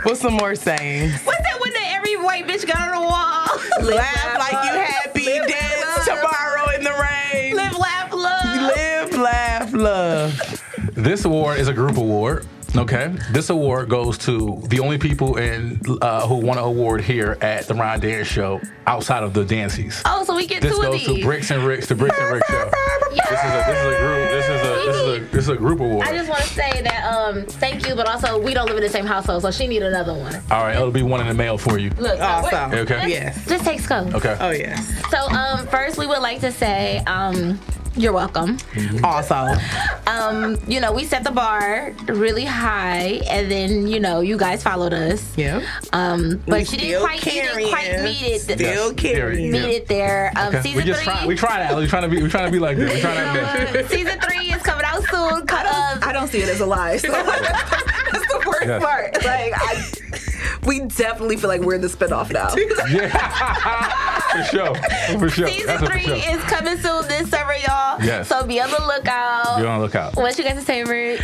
D: What's some more saying?
J: What's that one that every white bitch got on the wall?
D: Laugh like you happy, dance tomorrow in the rain.
J: Live, laugh, love.
D: Live, laugh, love.
B: This award is a group award. Okay. This award goes to the only people in uh, who won an award here at the Ron Dance Show outside of the Dancies.
J: Oh, so we get
B: This
J: two of
B: goes
J: these.
B: to Bricks and Ricks, the Bricks and Ricks Show. This is a this is a group this is a this is a this is a group award.
J: I just want to say that um, thank you, but also we don't live in the same household, so she need another one.
B: All right, it'll be one in the mail for you.
J: Look,
D: Awesome.
J: wait.
B: Okay.
D: Yes.
J: Just take scope.
B: Okay.
D: Oh yes.
J: So, um, first we would like to say, um, you're welcome.
D: Also,
J: Um, you know, we set the bar really high, and then you know, you guys followed us.
D: yeah.
J: Um,
D: We
J: but she
D: still
J: didn't quite, she didn't quite
D: carrying.
J: meet it.
D: Still carrying.
J: Meet it there. Um,
B: Okay.
J: Season
B: We just
J: three. uh,
B: try. We try that. We trying to be. We trying to be like this. We trying to.
J: season three is coming out soon. Cut up.
E: I don't see it as a lie. So that's the
O: worst
B: Yes.
O: part. Like, I, we definitely feel like we're in the spinoff now.
B: For sure. For sure. That's
J: Season
B: a for
J: three
B: sure.
J: is coming soon this summer, y'all.
B: Yes.
J: So be on the lookout.
B: Be on the lookout.
J: What you got to say, Ruth?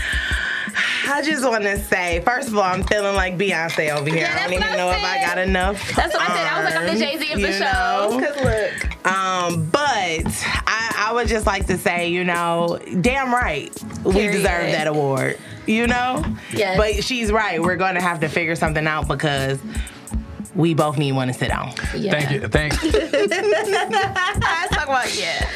D: I just want to say, first of all, I'm feeling like Beyonce over here.
J: Yeah,
D: I
J: that's
D: don't even
J: what I
D: know if I
J: said.
D: got enough.
J: That's what I said. I was like, I'm the
D: arm,
J: Jay-Z of the
D: you
J: show.
D: know? Um, but I, I would just like to say, you know, damn right, we
J: Period.
D: deserve that award. You know,
J: Yes.
D: But she's right. We're going to have to figure something out because we both need one to sit down.
B: Thank you. Thank
J: Let's talk about yeah.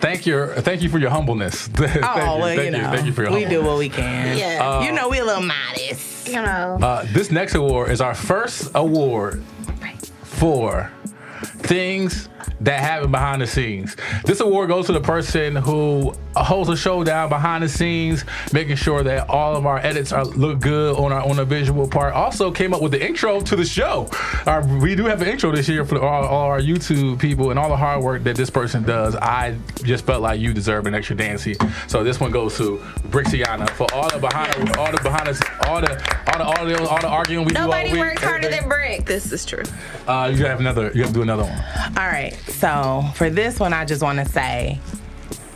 B: thank your thank you for your humbleness. oh, thank
D: well, you
B: thank
D: know,
B: thank you for your
D: we
B: humbleness.
D: do what we can.
B: Yeah. Uh,
D: you know, we a little modest.
J: You know.
B: Uh, this next award is our first award for things that happen behind the scenes. This award goes to the person who holds a showdown behind the scenes, making sure that all of our edits are look good on our on the visual part. Also came up with the intro to the show. Our, we do have an intro this year for all, all our YouTube people and all the hard work that this person does. I just felt like you deserve an extra dancey. So this one goes to Brixiana for all the behind all the behind us all the all the audio all the arguing we do
J: Nobody
B: all week.
J: worked harder than Brick.
E: This is true.
B: Uh, you have another. You have to do another one.
D: All right. So for this one, I just want to say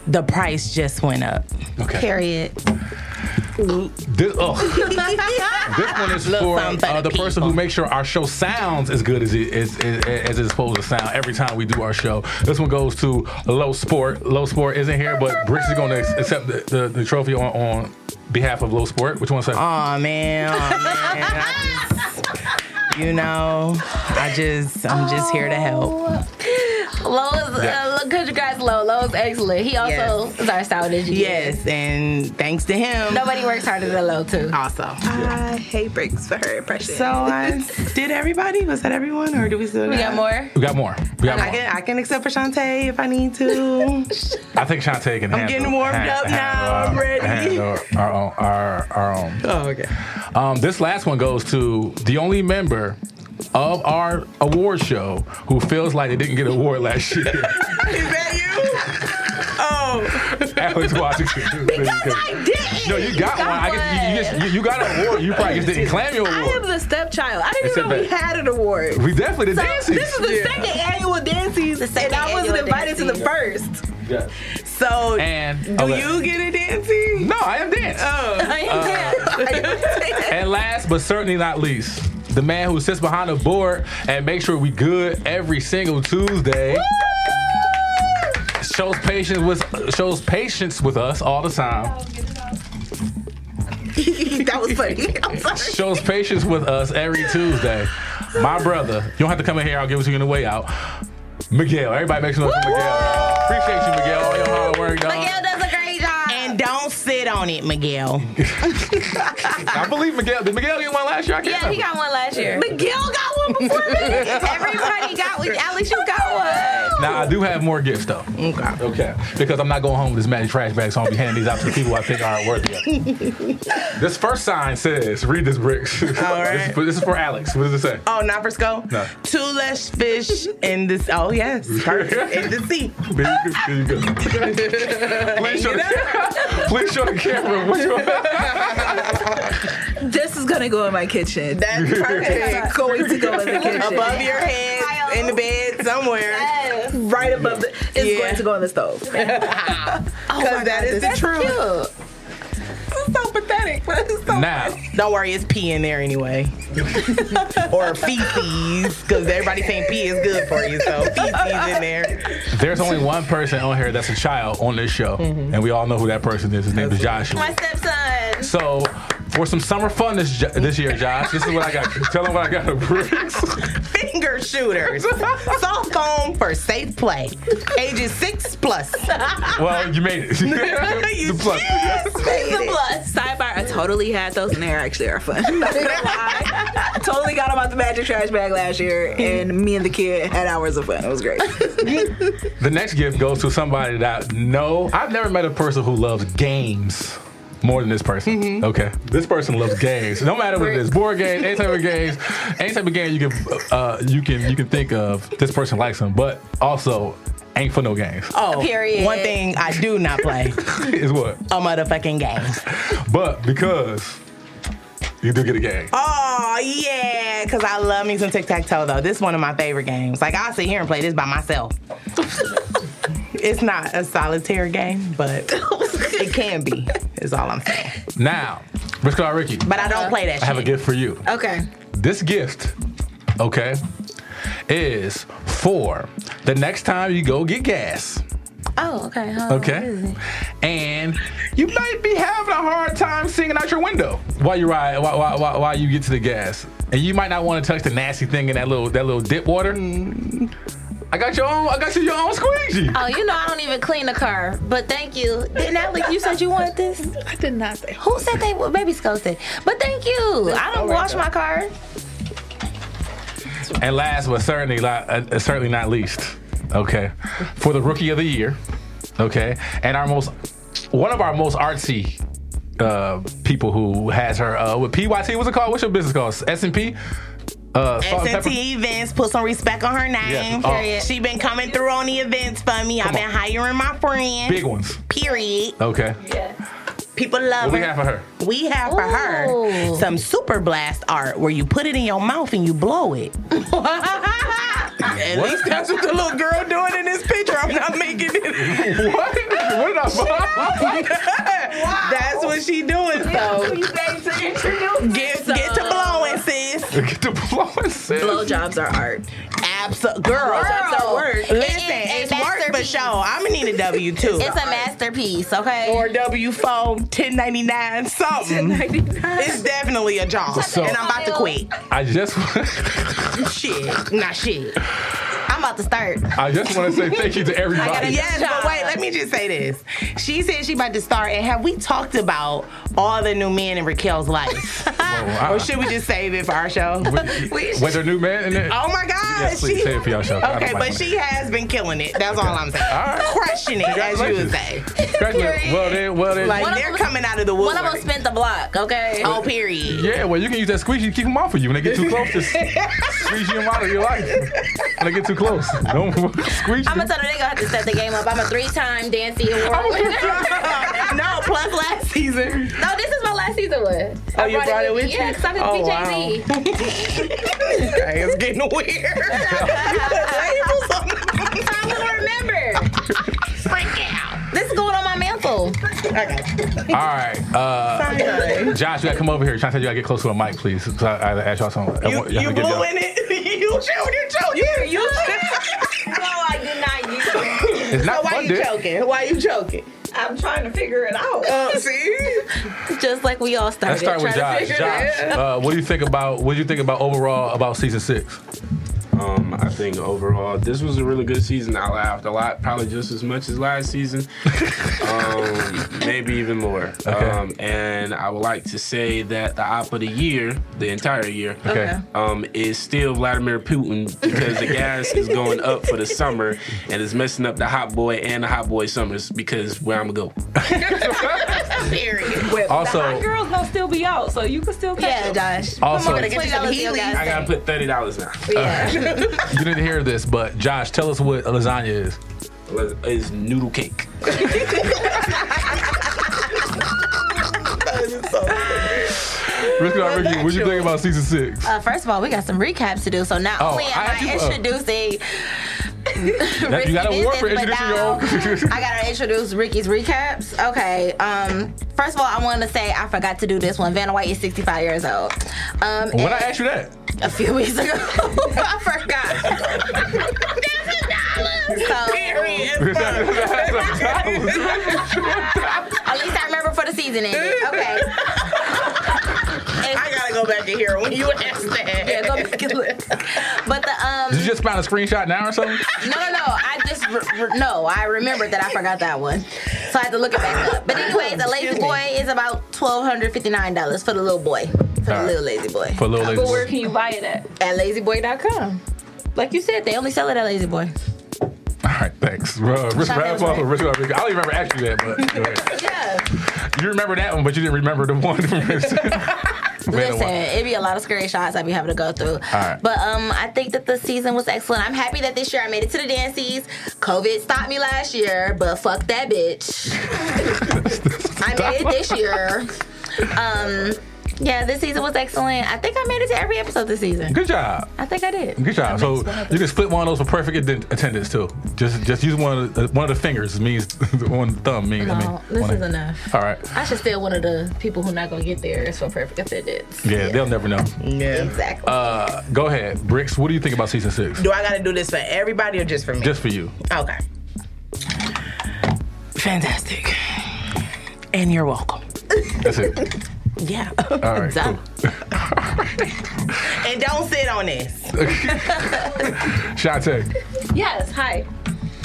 D: the price just went up.
B: Okay.
J: Period.
B: This, oh, this one is for uh, the person who makes sure our show sounds as good as it is as, as it's supposed to sound every time we do our show. This one goes to Low Sport. Low Sport isn't here, but Bricks is going to accept the, the, the trophy on, on behalf of Low Sport. Which one's that?
D: Aw, man. Aw, man. I just- you know, I just, I'm just here to help.
J: Low is
D: Yeah.
J: uh, look good, you guys. Low, low is excellent. He also is our sound engineer.
D: Yes, and thanks to him.
J: Nobody works harder than Low too.
D: Also,
E: I hate breaks for her impression.
D: So I did everybody. Was that everyone, or do we still?
E: We got
J: more.
B: We got more. We got
D: I
B: more.
D: can I can accept for Shantae if I need to.
B: I think Shantae can
D: I'm
B: handle.
D: getting warmed up now.
B: our-
D: I'm ready.
B: handle Our own. Our, our own.
D: Oh, okay.
B: Um, this last one goes to the only member of our award show who feels like they didn't get an award last year.
D: oh.
B: Alex Washington. because I
E: didn't.
B: No, you got,
E: You got
B: one. I guess you, you, just, you, you got an award. You probably just didn't claim your
E: I
B: award.
E: am the stepchild. I didn't
B: Except
E: even know we
B: that-
E: had an award.
B: We definitely did
E: so
B: dances.
E: This is the second annual dances, and I wasn't
D: annual
E: invited to the first.
B: Yeah.
D: So
B: and
D: do
B: okay.
D: you get a dancing?
B: No, I am dance.
D: Oh,
B: I and last but certainly not least, the man who sits behind the board and makes sure we good every single Tuesday. Shows patience with shows patience with us all the time.
E: that was funny. I'm sorry.
B: Shows patience with us every Tuesday. My brother, you don't have to come in here. I'll give it to you on the way out. Miguel, everybody makes noise for Miguel. Appreciate you, Miguel. All your hard work, dog.
J: Miguel does a great job.
D: And don't sit on it, Miguel.
B: I believe Miguel. Did Miguel get one last year? I can't
J: Yeah, he
B: remember.
J: got one last year.
E: Miguel got one before me.
J: Everybody got one. Alex, you got one.
B: Now I do have more gifts though. Okay. Okay. Because I'm not going home with this magic trash bag, so I'll be handing these out to the people I think are worthy. of it. This first sign says, "Read this bricks." All right. This is, for, this is for Alex. What does it say?
D: Oh, not for Sco?
B: No.
D: Two less fish in this. Oh, yes. Perfect. In the sea.
B: There you go. There you go. Please show, the, please show the camera. What you
E: This is gonna go in my kitchen.
D: That's perfect.
E: It's going to go in the kitchen.
D: Above your head, in the bed, somewhere.
E: Right above the it's
D: Yeah.
E: going to go in the stove. Oh Because
D: that is the truth.
E: so pathetic, but it's so
B: Now,
D: Don't worry, it's pee in there anyway. or feces, because everybody saying pee is good for you, so feces in there.
B: There's only one person on here that's a child on this show, and we all know who that person is. His name is Joshua.
J: My stepson.
B: So, for some summer fun this jo- this year, Josh, this is what I got. Tell them what I got to bring.
D: Finger shooters. Soft foam for safe play. Ages six plus.
B: Well, you made it.
D: You
B: The plus.
E: the plus. Sidebar, I totally had those and they actually are fun. I totally got them out the magic trash bag last year and me and the kid had hours of fun. It was great.
B: The next gift goes to somebody that no, I've never met a person who loves games more than this person. Okay, this person loves games. No matter what it is, board games, any type of games, any type of game you can uh, you can you can think of. This person likes them, but also ain't for no games.
D: Oh,
J: Period.
D: one thing I do not play
B: Is what.
D: a motherfucking game.
B: But because You do get a gang.
D: Oh yeah, cause I love me some tic tac toe though. This is one of my favorite games. Like I will sit here and play this by myself. it's not a solitaire game, but it can be. Is all I'm saying.
B: Now, Miss Carl Ricky.
D: But I don't play that
B: I have a
D: shit.
B: gift for you.
D: Okay.
B: This gift, okay, is for the next time you go get gas.
J: Oh, okay. Hold on. What is
B: Okay. And you might be having a hard time seeing out your window while you ride, while, while, while, while you get to the gas, and you might not want to touch the nasty thing in that little that little dip water. I got your own. I got you your own squeegee.
J: Oh, you know I don't even clean the car, but thank you. Didn't Alec, you said you wanted this? I did not say. Who said they? Well, Baby Skull said. But thank you. I don't wash my car.
B: And last but certainly, li- uh, uh, certainly not least, okay, for the rookie of the year, okay, and our most, one of our most artsy uh, people who has her uh, with PYT. What's it called? What's your business called? S and P. Uh, salt and pepper?
D: SNT events, put some respect on her name.
B: Yes. Oh. Period.
D: She been coming through on the events for me. I've
B: Come
D: been
B: on.
D: hiring my friend.
B: Big ones.
D: Period.
B: Okay.
D: People love
B: What we
D: her.
B: got for her?
D: We have for her some super blast art where you put it in your mouth and you blow it. At
B: What?
D: least that's what the little girl doing in this picture. I'm not making it.
B: what? What did I
D: That's what she doing. So get get to blowing, sis.
B: Get to blowing, sis.
D: Blowjobs are art. Absolutely, girl.
J: Blowjobs are work.
D: Listen,
J: It is a
D: it's work for sure. I'ma need a W two.
J: It's a masterpiece, okay?
D: Or W four, 1099 something. It's definitely a job,
B: So-
D: and I'm about to quit.
B: I just,
D: shit, not shit.
J: I'm about to start.
B: I just want to say thank you to everybody.
D: Yes, but wait, let me just say this. She said she about to start, and have we talked about all the new men in Raquel's life?
B: I-
D: or should we just save it for our show?
B: Wait, their new man in there?
D: Oh my God!
B: Yes, please
D: she,
B: save it for your show. I don't
D: Okay,
B: like money.
D: but she has been killing it. That's all I'm saying.
B: All right.
D: Crushing it, as you would
B: Congratulations.
D: say.
B: Congratulations. Well then, well then.
D: Like
J: One of
D: they're
J: us-
D: coming out of the woodwork.
J: One of them spent the block, okay?
D: Oh, period.
B: Yeah, well, you can use that squeegee to keep them off of you. When they get too close, just squeeze them out of your life. When they get too close, don't squeeze.
J: I'm gonna tell them they gonna have to set the game up. I'm a three-time Dancy Award winner.
D: Oh, no, plus last season.
J: No, this is my last season one.
D: Oh, you brought it with
J: Yeah,
D: you?
J: because I'm
D: Oh,
J: with oh,
D: Okay, it's getting weird.
J: I'm gonna remember. Freak out. This is going on my mantle.
B: All right, uh,
J: Sorry.
B: Josh, you gotta come over here. Trying to tell you I get close to a mic, please. 'cause I, I asked y'all something. You,
D: you blew in it. You choked. You choked.
J: You, you No, I did not. You
B: It's not
D: so why
B: fun,
D: you
B: dude.
D: choking? Why you choking?
K: I'm trying to figure it out.
D: Uh, see?
J: Just like we all
B: Let's
J: started.
B: start with
J: trying
B: Josh.
J: to
B: Josh,
J: figure it out.
B: uh, what do you think about what do you think about overall about season six?
C: Um, I think overall this was a really good season. I laughed a lot, probably just as much as last season, um, maybe even more. Um, and I would like to say that the op of the year, the entire year,
B: Okay.
C: um, is still Vladimir Putin because the gas is going up for the summer and it's messing up the hot boy and the hot boy summers because where I'm gonna go.
D: Period.
K: Well,
C: Also-
K: the hot girls gonna still be out, so you can still catch
J: Yeah,
K: them.
J: Josh.
B: Also-
K: Come on, get you some
J: $20 deal,
K: Heelys.
J: guys.
C: I gotta put thirty dollars now.
B: Uh, You didn't hear this, but Josh, tell us what lasagna is.
C: It's noodle cake.
B: Ricky, Ricky, what you think about season six?
J: Uh, first of all, we got some recaps to do. So not
B: Oh,
J: only am
B: I
J: I,
B: do- oh.
J: introducing
B: That- you got
J: Risky
B: a award for
J: Business, but
B: introducing your own.
J: I gotta introduce Ricky's recaps. Okay. Um. First of all, I want to say I forgot to do this one. Vanna White is 65 years old. Um.
B: When
J: and
B: I asked you that,
J: a few weeks ago, I forgot. That's a dollar. At least I remember for the season ended. Okay.
D: I gotta go back and hear when you asked that.
J: Yeah, go back and listen. But the um.
B: did you just find a screenshot now or something?
J: No, no, no. I just re- re- no. I remembered that I forgot that one, so I had to look it back up. But anyway, the lazy boy is about twelve hundred fifty nine dollars for the little boy, for
B: All
J: the
B: right.
J: little lazy boy.
B: For little
K: But where
B: ladies.
K: can you buy it at?
J: At lazyboy.com. Like you said, they only sell it at Lazy Boy.
B: All right, thanks. Uh, Ricky,
J: Shout out
B: wrap
J: to
B: up
J: Ricky.
B: with Ricky, Ricky. I don't even remember asking you that, but go ahead.
J: Yeah.
B: you remember that one, but you didn't remember the one. from- Man,
J: Listen,
B: one.
J: it'd be a lot of screenshots I'd be having to go through.
B: right.
J: But um, I think that the season was excellent. I'm happy that this year I made it to the dances. COVID stopped me last year, but fuck that bitch. I made it this year. Um, Yeah, this season was excellent. I think I made it to every episode this season.
B: Good job.
J: I think I did.
B: Good job. So
J: What happened?
B: you can split one of those for perfect atten- attendance too. Just just use one of the, uh, one of the fingers means one thumb means. I mean,
J: No, this
B: one
J: is
B: hand.
J: enough.
B: All right.
J: I should still one of the people who not gonna get there is for perfect attendance.
B: Yeah, they'll never know.
P: Yeah.
J: Exactly.
B: Uh, go ahead, Bricks. What do you think about season six?
P: Do I got to do this for everybody or just for me?
B: Just for you.
P: Okay.
D: Fantastic. And you're welcome.
B: That's it.
D: Yeah.
B: All right.
D: Done.
B: Cool.
P: And don't sit on this.
B: Shantae,
K: Yes, hi.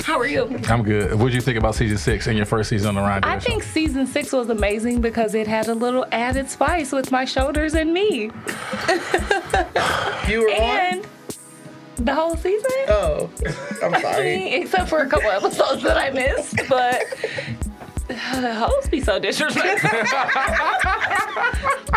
K: How are you?
B: I'm good. What do you think about season six and your first season on the Ryan?
K: I
B: Daniels Show?
K: think season six was amazing because it had a little added spice with my shoulders and me.
P: you were
K: and the whole season?
P: Oh, I'm
K: I
P: sorry.
K: mean, except for a couple episodes that I missed, but hoes be so disrespectful.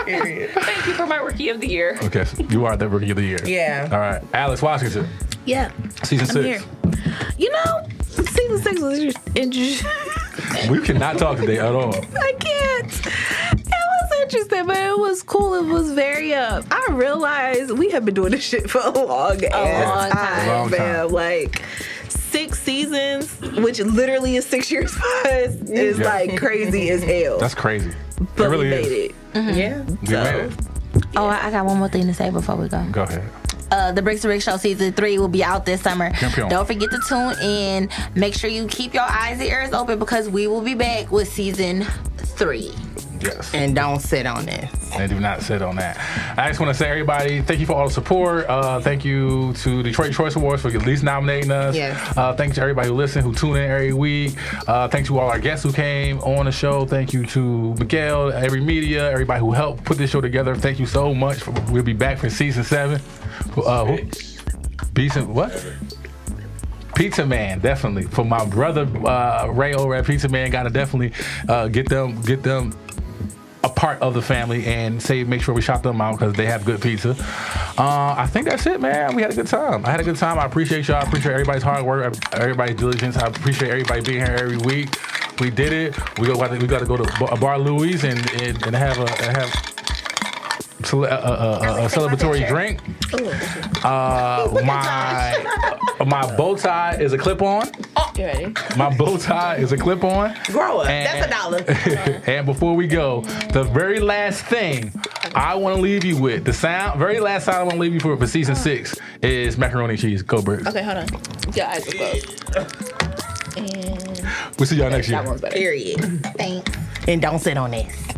K: Thank you for my rookie of the year.
B: Okay, so you are the rookie of the year.
K: Yeah.
B: All right, Alex Washington,
E: Yeah.
B: season
E: I'm
B: six.
E: here. You know, season six was interesting.
B: We cannot talk today at all.
E: I can't. It was interesting, but it was cool. It was very up. I realized we have been doing this shit for a long ass
K: long time.
E: time,
K: Long
E: man. Like six seasons, which literally is six years for us, is
B: Yeah.
E: like crazy as hell.
B: That's crazy.
E: But
B: it really
E: we made
B: is.
E: it.
J: Yeah.
B: We made it.
J: Oh, I I got one more thing to say before we go.
B: Go ahead.
J: Uh, the Bricks to Rick Show season three will be out this summer.
B: Jump on.
J: Don't forget to tune in. Make sure you keep your eyes and ears open because we will be back with season three.
B: Yes.
D: And don't sit on this.
B: They do not sit on that. I just want to say, everybody, thank you for all the support. Uh, thank you to Detroit Choice Awards for at least nominating us.
P: Yes.
B: Uh, thanks to everybody who listened, who tune in every week. Uh, thanks to all our guests who came on the show. Thank you to Miguel, Every Media, everybody who helped put this show together. Thank you so much. For, we'll be back for season seven. Uh, who- Pizza what? Pizza Man, definitely. For my brother uh, Ray over at Pizza Man, gotta definitely uh, get them get them a part of the family and say make sure we shout them out because they have good pizza. Uh, I think that's it, man. We had a good time. I had a good time. I appreciate y'all. I appreciate everybody's hard work, everybody's diligence. I appreciate everybody being here every week. We did it. We got we got to go to Bar- uh, Bar Louie's and, and and have a have. cele- uh, A, a, a, a celebratory drink. Uh, my my bow tie is a clip on.
P: You ready?
B: My bow tie is a clip on.
P: Grow up. That's a dollar.
B: and before we go, the very last thing I want to leave you with, the sound, very last sound I want to leave you for for season six is macaroni and cheese. Go Birds.
E: Okay, hold on. Your eyes are closed. And
B: We'll see y'all next year.
E: that one's better. Period.
J: Thanks.
D: And don't sit on this.